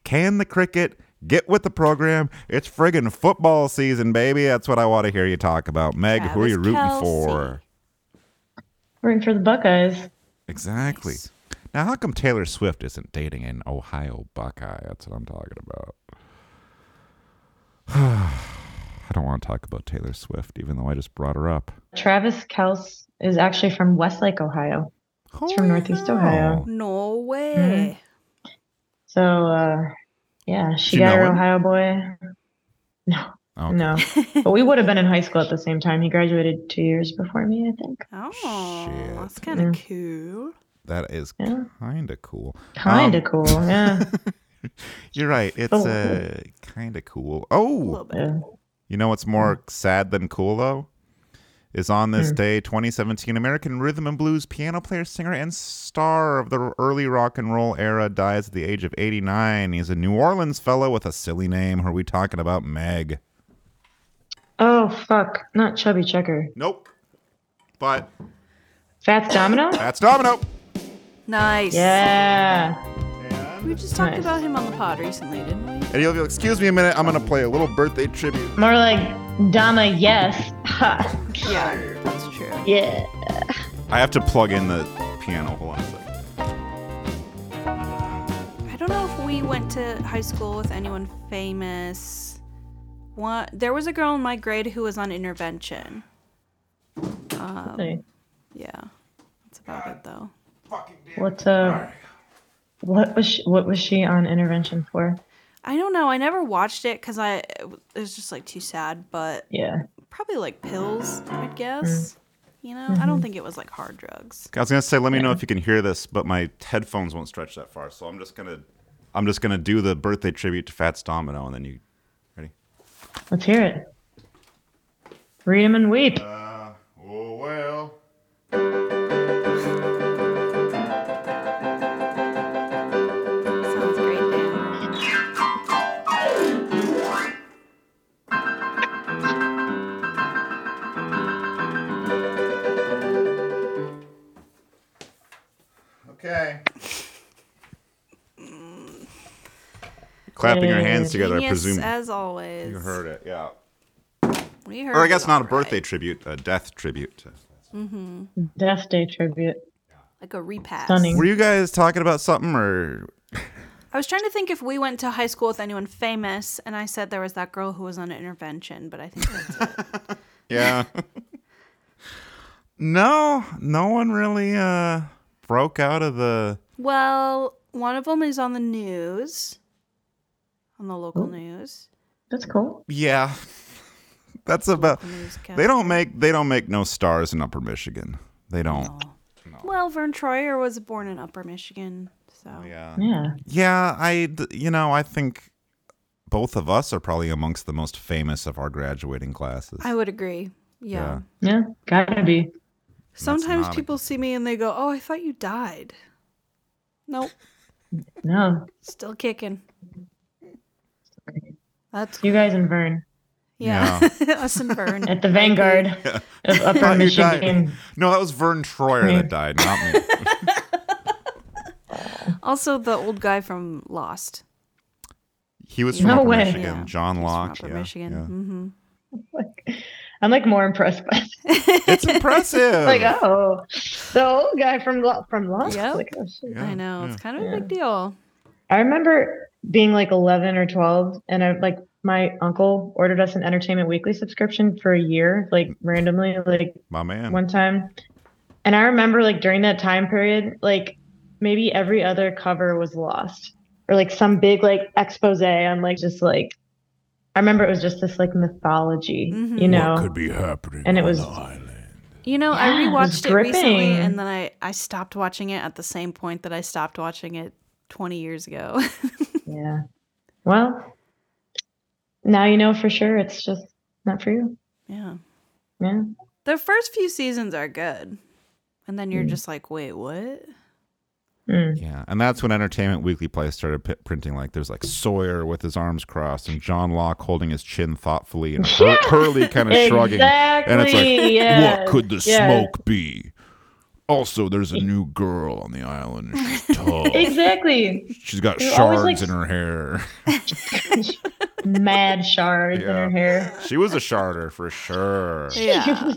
can the cricket get with the program? It's friggin' football season, baby. That's what I want to hear you talk about. Meg, who are Travis you rooting Kelce. for? Rooting for the Buckeyes. Exactly. Now, how come Taylor Swift isn't dating an Ohio Buckeye? That's what I'm talking about. I don't want to talk about Taylor Swift, even though I just brought her up. Travis Kels is actually from Westlake, Ohio. It's from Northeast Ohio. No way. So, uh, yeah, Do she you know got her him? Ohio boy. Oh, No, but we would have been in high school at the same time. He graduated two years before me, I think. Oh, Shit. that's kind of Hmm. cool. that is Yeah. kind of cool. Kind of Um, cool, yeah. You're right. It's Oh. uh, kind of cool. A Oh, little bit. yeah. You know what's more sad than cool though? is on this day, 2017. American rhythm and blues piano player, singer, and star of the early rock and roll era dies at the age of 89. He's a New Orleans fellow with a silly name. Are we talking about Meg? Oh fuck! Not Chubby Checker. Nope. But Fats Domino. that's Domino. Nice. yeah. We just talked Nice. about him on the pod recently, didn't we? And you'll be like, excuse me a minute. I'm going to play a little birthday tribute. More like Dama. Yes. Ha. Yeah, Oh, that's true. Yeah. I have to plug in the piano. Hold on a second. I don't know if we went to high school with anyone famous. One, there was a girl in my grade who was on intervention. Hey, Yeah, that's about it though. What uh? What was she, what was she on intervention for? I don't know. I never watched it because I it was just like too sad, but Yeah. probably like pills, I'd guess. You know, I don't think it was like hard drugs. I was going to say, let me know if you can hear this, but my headphones won't stretch that far. So I'm just going to. I'm just gonna do the birthday tribute to Fats Domino, and then you ready? Let's hear it. Read 'em and weep. Uh. Oh well. Sounds great, man. Okay. Clapping your hands together, I Genius, presume as always. you heard it. Yeah. We heard Or I guess it not a all birthday right. tribute, a death tribute. Death Day tribute. Like a repass. Stunning. Were you guys talking about something or I was trying to think if we went to high school with anyone famous, and I said there was that girl who was on intervention, but I think that's it. yeah? no, no one really uh broke out of the Well, one of them is on the news, on the local news. That's cool. Yeah. That's about newscast. They don't make they don't make no stars in upper Michigan. They don't. Well, Vern Troyer was born in Upper Michigan, so Oh, Yeah. Yeah. Yeah, I d- you know, I think both of us are probably amongst the most famous of our graduating classes. I would agree. Yeah. Yeah. Yeah. Gotta be. Sometimes not a- people see me and they go, "Oh, I thought you died." Nope, No. still kicking. That's You guys and Vern yeah, us and Vern. at the vanguard of Upper Thought you died. Michigan. No, that was Vern Troyer Me. that died, not me. Also, the old guy from Lost. He was from No Upper way. Michigan. Yeah. John from Locke. Upper yeah, Michigan. yeah. hmm I'm like more impressed by It's impressive. like oh the old guy from Lo- from Lost. Yep. Like, oh, shit. Yeah, I know yeah. it's kind of a big deal. I remember being like 11 or 12, and I like my uncle ordered us an Entertainment Weekly subscription for a year, like randomly, like My man. one time. And I remember like during that time period, like maybe every other cover was lost or like some big like expose on like just like I remember it was just this like mythology, you know. be happening And it was You know, I Yeah, it was rewatched it recently, gripping. and then I I stopped watching it at the same point that I stopped watching it twenty years ago. yeah. Well, now you know for sure it's just not for you. yeah, Yeah. the first few seasons are good, and then Mm. you're just like, wait, what? Mm. Yeah, and that's when Entertainment Weekly Play started p- printing like there's like Sawyer with his arms crossed and John Locke holding his chin thoughtfully and Hur- Hurley kind of shrugging. Exactly. And it's like, yes, What could the yes. E smoke be? Also, there's a new girl on the island. and She's tough. Exactly. She's got They're always, shards like- in her hair. Mad shards in Yeah. her hair. She was a sharder for sure. Yeah,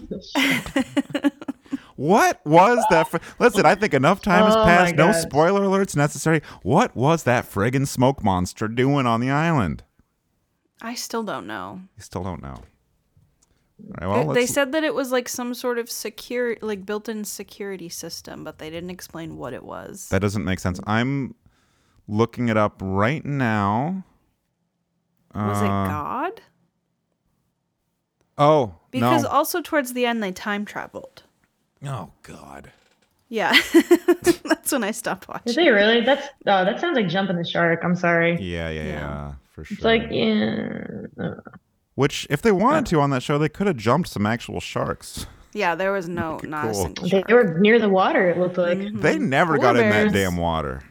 What was that? Fr- Listen, I think enough time has Oh my passed. No God. spoiler alerts necessary. What was that friggin' smoke monster doing on the island? I still don't know. You still don't know. All right, well, they let's- said that it was like some sort of secure, like built-in security system, but they didn't explain what it was. That doesn't make sense. I'm looking it up right now. was it Uh, God? Oh, Because no. also towards the end they time traveled. Oh God. Yeah. That's when I stopped Is watching. it really? That's oh, that sounds like jumping the shark. I'm sorry. yeah, yeah, yeah, for sure. It's like yeah. Which, if they wanted to on that show, they could have jumped some actual sharks. Yeah, there was no not a Cool. single They shark. were near the water, it looked like. Mm-hmm. They never got in that bears. damn water.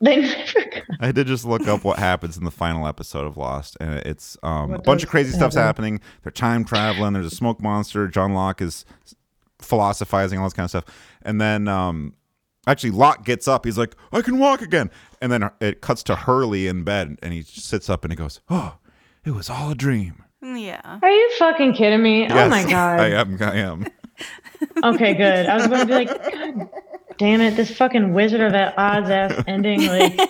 They never got I did just look up what happens in the final episode of Lost, and it's um, a What bunch of does crazy stuff's happen? happening. They're time traveling. There's a smoke monster. John Locke is philosophizing all this kind of stuff, and then um, actually Locke gets up. He's like, "I can walk again," and then it cuts to Hurley in bed, and he sits up and he goes, "Oh, it was all a dream." Yeah. Are you fucking kidding me? oh my Yes, god. I am. I am. Okay, good. I was about to be like, God damn it, this fucking Wizard of Oz ass ending. Like,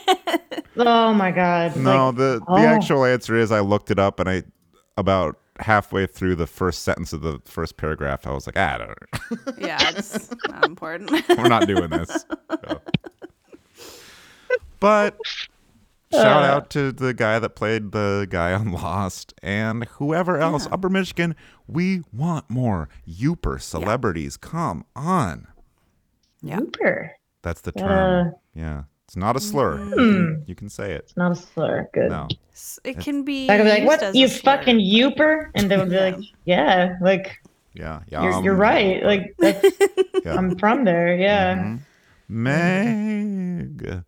oh my god. No, Like, the the oh. actual answer is I looked it up and I about halfway through the first sentence of the first paragraph, I was like, ah, I don't know. Yeah, it's not important. we're not doing this. So. But shout Uh, out to the guy that played the guy on Lost and whoever else, Upper Michigan. We want more Youper celebrities. Come on. Super. That's the Uh, term. yeah. It's not a slur. You can- You can say it. It's not a slur. hmm. Good. No. It's- It can be. I could be like, used what? as a You slur. fucking youper? And they would be like, yeah, like, Yeah. you're, Yum. you're right. Like, that's, Yeah. I'm from there. Yeah. Mm-hmm. Meg,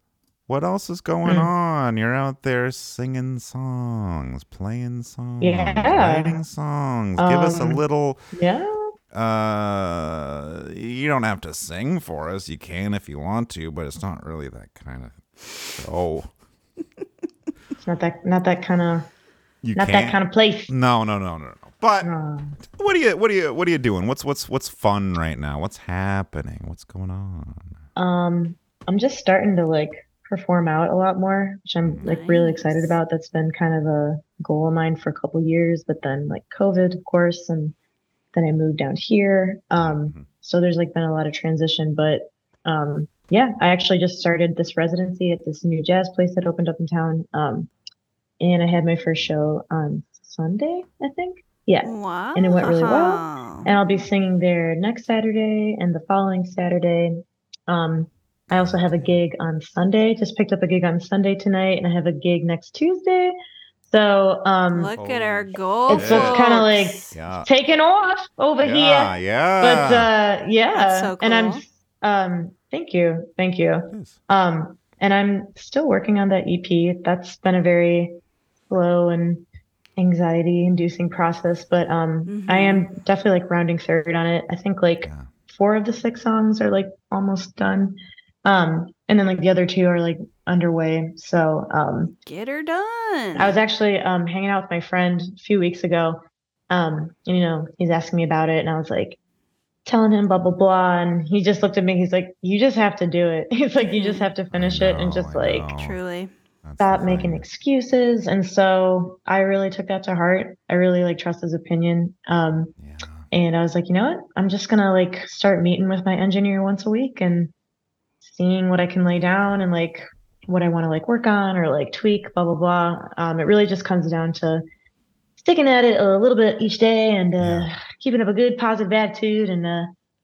what else is Hmm. going on? You're out there singing songs, playing songs, Yeah. writing songs. Give us a Um, little. Yeah. Uh, you don't have to sing for us. You can if you want to, but it's not really that kind of show. It's not that, not that kind of, You not can't. that kind of place. No, no, no, no, no. But Oh. what are you? What are you? What are you doing? What's what's what's fun right now? What's happening? What's going on? Um, I'm just starting to like perform out a lot more, which I'm like really excited about. That's been kind of a goal of mine for a couple years, but then like COVID, of course, and then I moved down here. Um, Mm-hmm. so there's like been a lot of transition, but um, yeah, I actually just started this residency at this new jazz place that opened up in town. Um, and I had my first show on Sunday, I think. Yeah. Wow. And it went really well. Uh-huh. And I'll be singing there next Saturday and the following Saturday. Um, I also have a gig on Sunday. Just picked up a gig on Sunday tonight, and I have a gig next Tuesday. So um, Look at our it's goals. just kind of like Yeah. taking off over yeah, here. yeah. But uh, yeah, That's so and I'm cool. um, thank you, thank you. Yes. Um, and I'm still working on that EP. That's been a very slow and anxiety inducing process, but um, I am definitely like rounding third on it. I think like Yeah. four of the six songs are like almost done. Um, and then like the other two are like underway. So, um, Get her done. I was actually um, hanging out with my friend a few weeks ago. Um, and, you know, he's asking me about it, and I was like, telling him blah blah blah, and he just looked at me. He's like, "You just have to do it." He's like, "You just have to finish it and know, just I like know. Truly. That's the stop making thing. excuses." And so I really took that to heart. I really like trust his opinion. Um, Yeah. and I was like, you know what? I'm just gonna like start meeting with my engineer once a week and seeing what I can lay down and like what I want to like work on or like tweak, blah blah blah. Um, it really just comes down to sticking at it a little bit each day and uh, Yeah. keeping up a good positive attitude, and uh,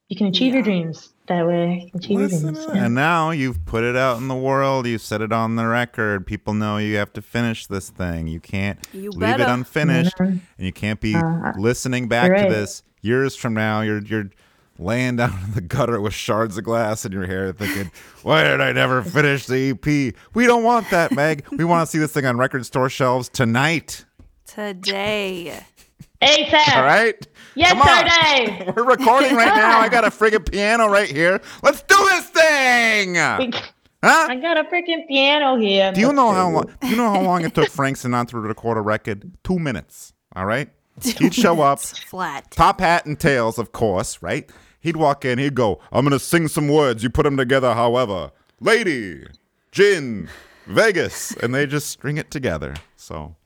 you can achieve your dreams that way. You can achieve your Listen dreams. up. Yeah. And now you've put it out in the world. You've set it on the record. People know you have to finish this thing. You can't You leave it better. unfinished, and you can't be listening back Uh, you're to right. this years from now. You're you're laying down in the gutter with shards of glass in your hair, thinking, "Why did I never finish the EP?" We don't want that, Meg. We want to see this thing on record store shelves tonight. Today. ASAP. All right? Yes, Come on. Sarday. We're recording right now. I got a friggin' piano right here. Let's do this thing. Huh? I got a freaking piano here. Do you know how long? Do you know how long it took Frank Sinatra to record a record? Two minutes. All right. He'd show up, It's flat. top hat and tails, of course, right? He'd walk in. He'd go, "I'm gonna sing some words. You put them together, however, lady, gin, Vegas," and they just string it together. So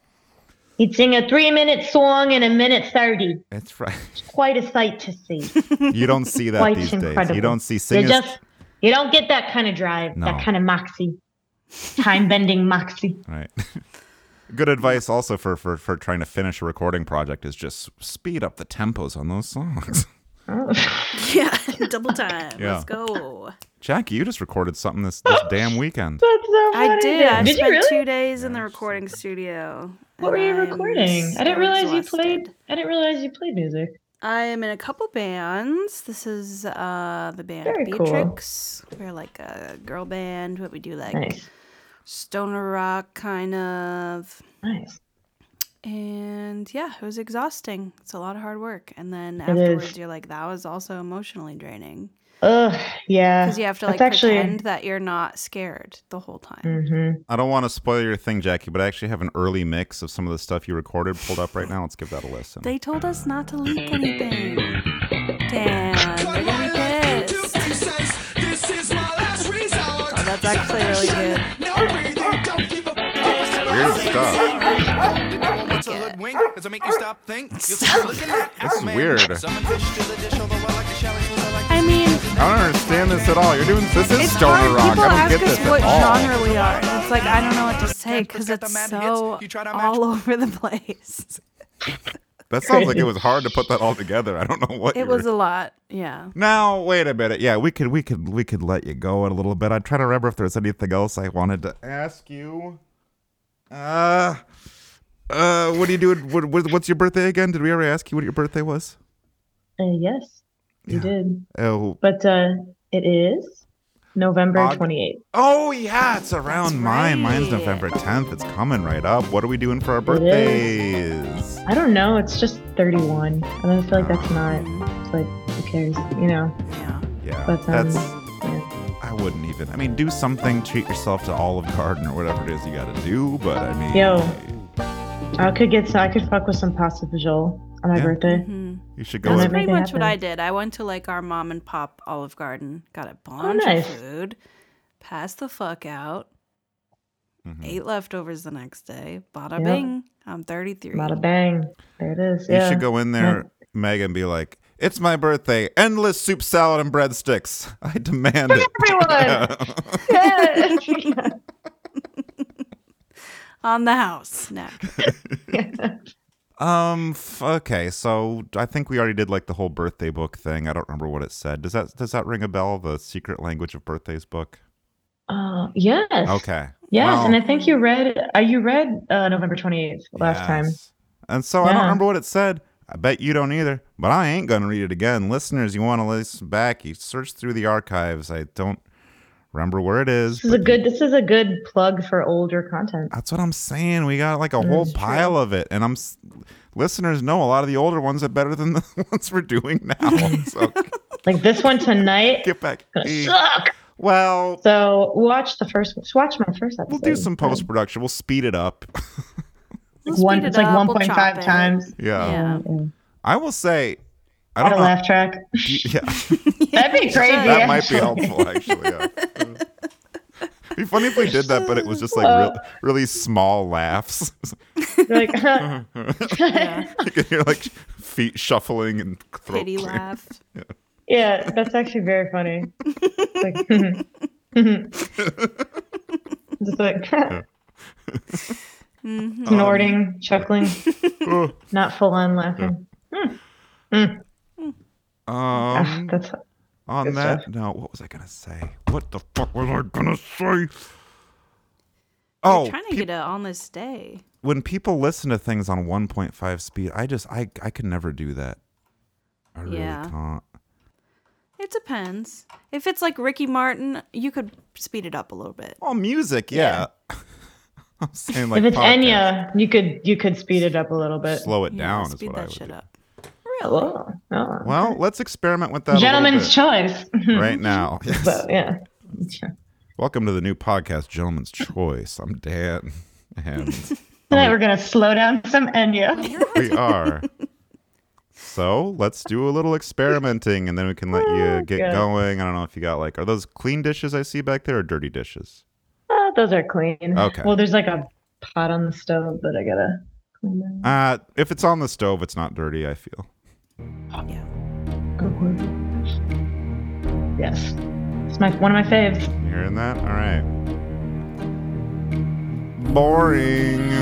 He'd sing a three-minute song in a minute thirty. that's right. Quite a sight to see. You don't see that Quite these days. incredible. You don't see You singers. just you don't get that kind of drive, No. that kind of moxie, time bending moxie. Right. Good advice also for, for for trying to finish a recording project is just speed up the tempos on those songs. Yeah. Double time. Yeah. Let's go. Jackie, you just recorded something this, this damn weekend. That's so I did. I Did you spent really? two days in the recording studio. What were you recording? I didn't realize you played. played. I didn't realize you played music. I am in a couple bands. This is uh, the band Very cool. Beatrix. We're like a girl band, but we do like Nice. stoner rock kind of. Nice. And yeah, it was exhausting. It's a lot of hard work. And then is. afterwards, you're like, that was also emotionally draining. Ugh. Yeah. Because you have to Uh, That's Mm. like pretend that you're not scared the whole time. Mm-hmm. I don't want to spoil your thing, Jackie, but I actually have an early mix of some of the stuff you recorded pulled up right now. Let's give that a listen. They told us not to leak anything. Damn, they're gonna be pissed. Oh, that's actually really good. Weird stuff. What's a hoodwink? Does it make you stop, think? You'll stop looking at This is weird. Summon fish to the dish, although I like to shallow, I like I mean, I don't understand this at all. You're doing this is it's stoner rock. hard. People I don't ask get this us what at all. genre we are. and It's like I don't know what to say because it's so all over the place. That sounds like it was hard to put that all together. I don't know what It you was were- a lot. Yeah. Now wait a minute. Yeah, we could we could we could let you go in a little bit. I'm trying to remember if there's anything else I wanted to ask you. Uh, uh, what are you doing? What, what, what's your birthday again? Did we already ask you what your birthday was? Uh, yes, you did. Oh, But uh, it is November Aug- 28th. oh yeah, it's around That's mine. Mine's right. November 10th. It's coming right up. What are we doing for our birthdays? I don't know. It's just 31. I don't feel like Oh. that's not it's like who cares, you know? Yeah. Yeah, But, um, that's. yeah. I wouldn't even. I mean, do something. Treat yourself to Olive Garden or whatever it is you got to do. But I mean, Yo. I could get. I could fuck with some pasta visual on my Yeah. birthday. Mm-hmm. you should go. And That's in- every- pretty everything much what I happened. did. I went to like our mom and pop Olive Garden, got a bunch Oh, nice. of food, passed the fuck out, Mm-hmm. ate leftovers the next day. Bada Yep. bing, I'm 33. Bada bang. There it is. You yeah. should go in there, Meg, and be like, "It's my birthday. Endless soup, salad, and breadsticks. I demand it." Everyone. Yeah. on the house neck. Um. F- okay. So I think we already did like the whole birthday book thing. I don't remember what it said. Does that does that ring a bell? The Secret Language of Birthdays book. Uh, yes. Okay. Yes, Well, and I think you read. Uh, you read uh, November 28th last time. yes. And so I don't Yeah. remember what it said. I bet you don't either. But I ain't gonna read it again, listeners. You want to listen back? You search through the archives. I don't remember where it is. This is a good. This is a good plug for older content. That's what I'm saying. We got like a whole pile of it, and I'm s- listeners know a lot of the older ones are better than the ones we're doing now. So Like this one tonight. get back. gonna suck. Well, So watch the first. Just watch my first episode. we'll do some post production. We'll speed it up. We'll One, speed it's it like up, we'll 1.5 chop it. times. Oh, yeah. Yeah. I will say, I Add don't a know. laugh track. do you- yeah, That'd be crazy. Uh-huh. that might be actually. helpful actually. yeah. It'd be funny if we did that, but it was just like real, really small laughs. Like, Uh-huh. huh, you can hear like feet shuffling and throat Pity clear. laugh. yeah, that's actually very funny. It's like, just like snorting, chuckling, not full on laughing. Um, That's on Good that stuff. note, what was I gonna say? What the fuck was I gonna say? Oh, Oh, trying to peop- get it on this day. when people listen to things on 1.5 speed, I just I I can never do that. I really Yeah. can't. It depends. If it's like Ricky Martin, you could speed it up a little bit. Well, Oh, music, yeah. I'm saying like if it's podcasts. Enya, you could you could speed it up a little bit. slow it Yeah, down is speed what that I would. shit do. up. Oh, oh. Well, let's experiment with that. a little Gentleman's bit choice. right now. Yes. so yeah. Welcome to the new podcast, Gentleman's Choice. I'm Dan, and Tonight we're gonna slow down some Enya. we are. So let's do a little experimenting, and then we can let you get God. going. I don't know if you got like, are those clean dishes I see back there or dirty dishes? Oh, those are clean. Okay. Well, there's like a pot on the stove that I gotta clean out. Uh, if it's on the stove, it's not dirty. I feel. Yeah. Yes. It's my one of my faves. You hearing that? All right. Boring.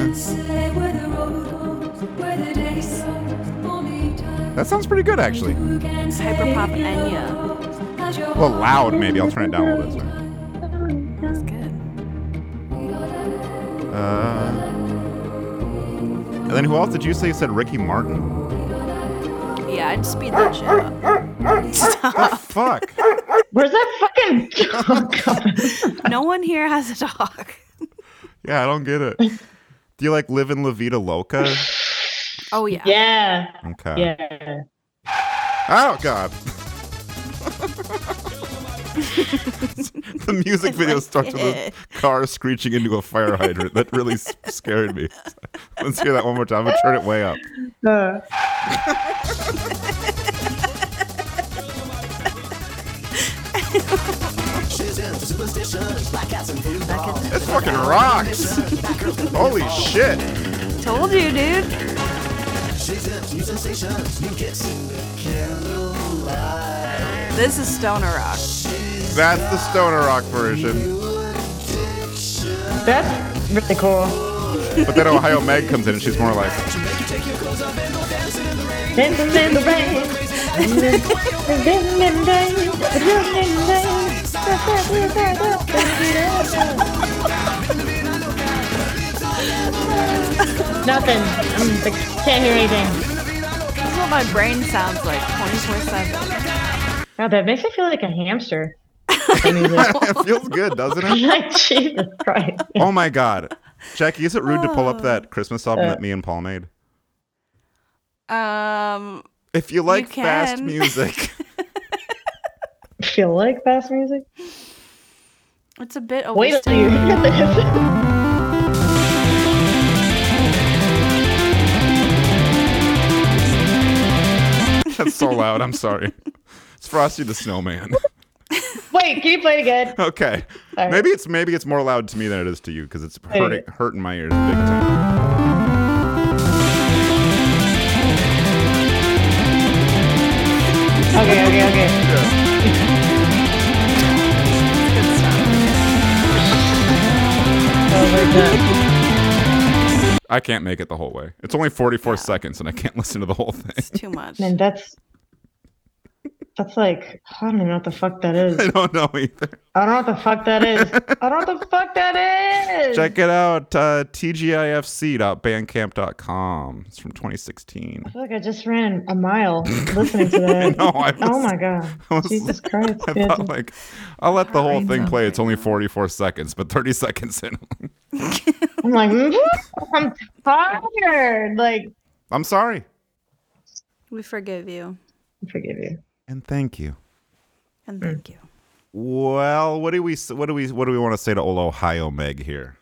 That sounds pretty good, actually. Hyper pop Enya. A little loud, maybe. I'll turn it down a little bit. Sorry. That's good. Uh, and then who else did you say said Ricky Martin? Yeah, yeah, I'd speed that shit up. Stop. Fuck. Where's that fucking dog coming? No one here has a dog. Yeah, I don't get it. Do you like live in La Vida Loca? Oh yeah. Yeah. Okay. Yeah. Oh God. the music video starts with a car screeching into a fire hydrant. That really s- scared me. Let's hear that one more time. I'm gonna turn it way up. Uh, It's fucking rocks. Holy shit. Told you, dude. This is stoner rock. That's the stoner rock version. that's really cool. But then Ohio Meg comes in and she's more like, Dancing in the rain. Dancing in the rain. Dancing in the rain. Dancing in the rain. Nothing. I'm, I can't hear anything. This is what my brain sounds like 24 7. Now that makes me feel like a hamster. it feels good, doesn't it? Like Jesus Christ. Oh my God. Jackie, is it rude to pull up that Christmas album that me and Paul made? Um, If you like fast can. music. Feel like fast music? it's a bit Wait till overstated. you hear this. That's so loud. I'm sorry. It's Frosty the Snowman. Wait, can you play it again? Okay. All right. Maybe it's maybe it's more loud to me than it is to you because it's you hurting hurting my ears big time. Okay, okay, okay. Oh my God. I can't make it the whole way. It's only 44 seconds and I can't listen to the whole thing. It's too much. Man, that's that's like I don't even know what the fuck that I is. don't know either. I don't know what the fuck that is. I don't know what the fuck that is. Check it out uh, tgifc.bandcamp.com. It's from 2016. I feel like I just ran a mile listening to that. No, I was- oh my god, I was- Jesus Christ! I dude. thought like I'll let the whole Hurting thing them play. It's only 44 seconds, but 30 seconds in. I'm like, "Woo, I'm tired. Like, I'm sorry. We forgive you I forgive you. And thank you. and thank you. Well, what do we s- what do we what do we want to say to old Ohio Meg here?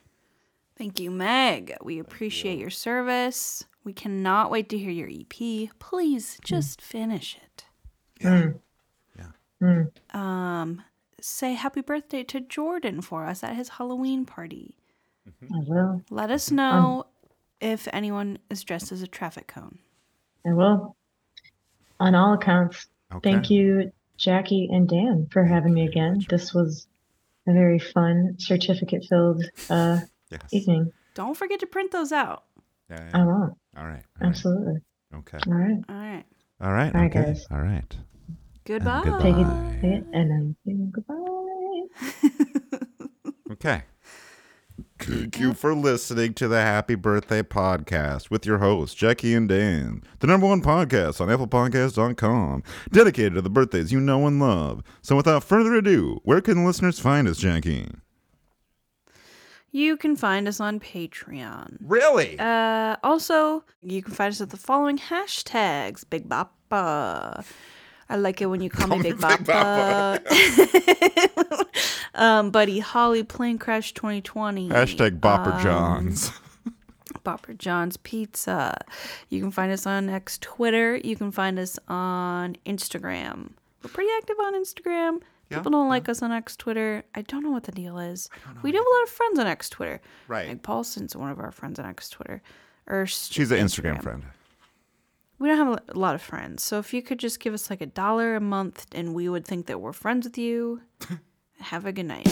Thank you, Meg. We appreciate your service. We cannot wait to hear your EP. Please just finish it. Hmm. Yeah. Um, say happy birthday to Jordan for us at his Halloween party. I will. Let us know if anyone is dressed as a traffic cone. I will. On all accounts, thank Okay. you, Jackie and Dan, for having me again. This was a very fun, certificate-filled uh, Yes. evening. Don't forget to print those out. Yeah, yeah. I All won't. right. all right, Absolutely. Okay. All right. All right. All right. All right, okay. guys. All right. Goodbye. Take it, Bye. take it, and I'm saying goodbye. Okay. Thank you for listening to the Happy Birthday Podcast with your hosts, Jackie and Dan, the number one podcast on ApplePodcast.com, dedicated to the birthdays you know and love. So without further ado, where can listeners find us, Jackie? You can find us on Patreon. Really? Uh, also, you can find us at the following hashtags Big Bappa. I like it when you call, me Big Bappa. um, Buddy Holly, Plane Crash 2020. Hashtag Bopper um, Johns. Bopper John's Pizza. You can find us on X Twitter. You can find us on Instagram. We're pretty active on Instagram. People don't like us on X Twitter. I don't know what the deal is. We do have a lot of friends on X Twitter. Right. Meg Paulson's one of our friends on X Twitter. Or s- She's an Instagram friend. We don't have a lot of friends. So if you could just give us like a dollar a month and we would think that we're friends with you. have a good night.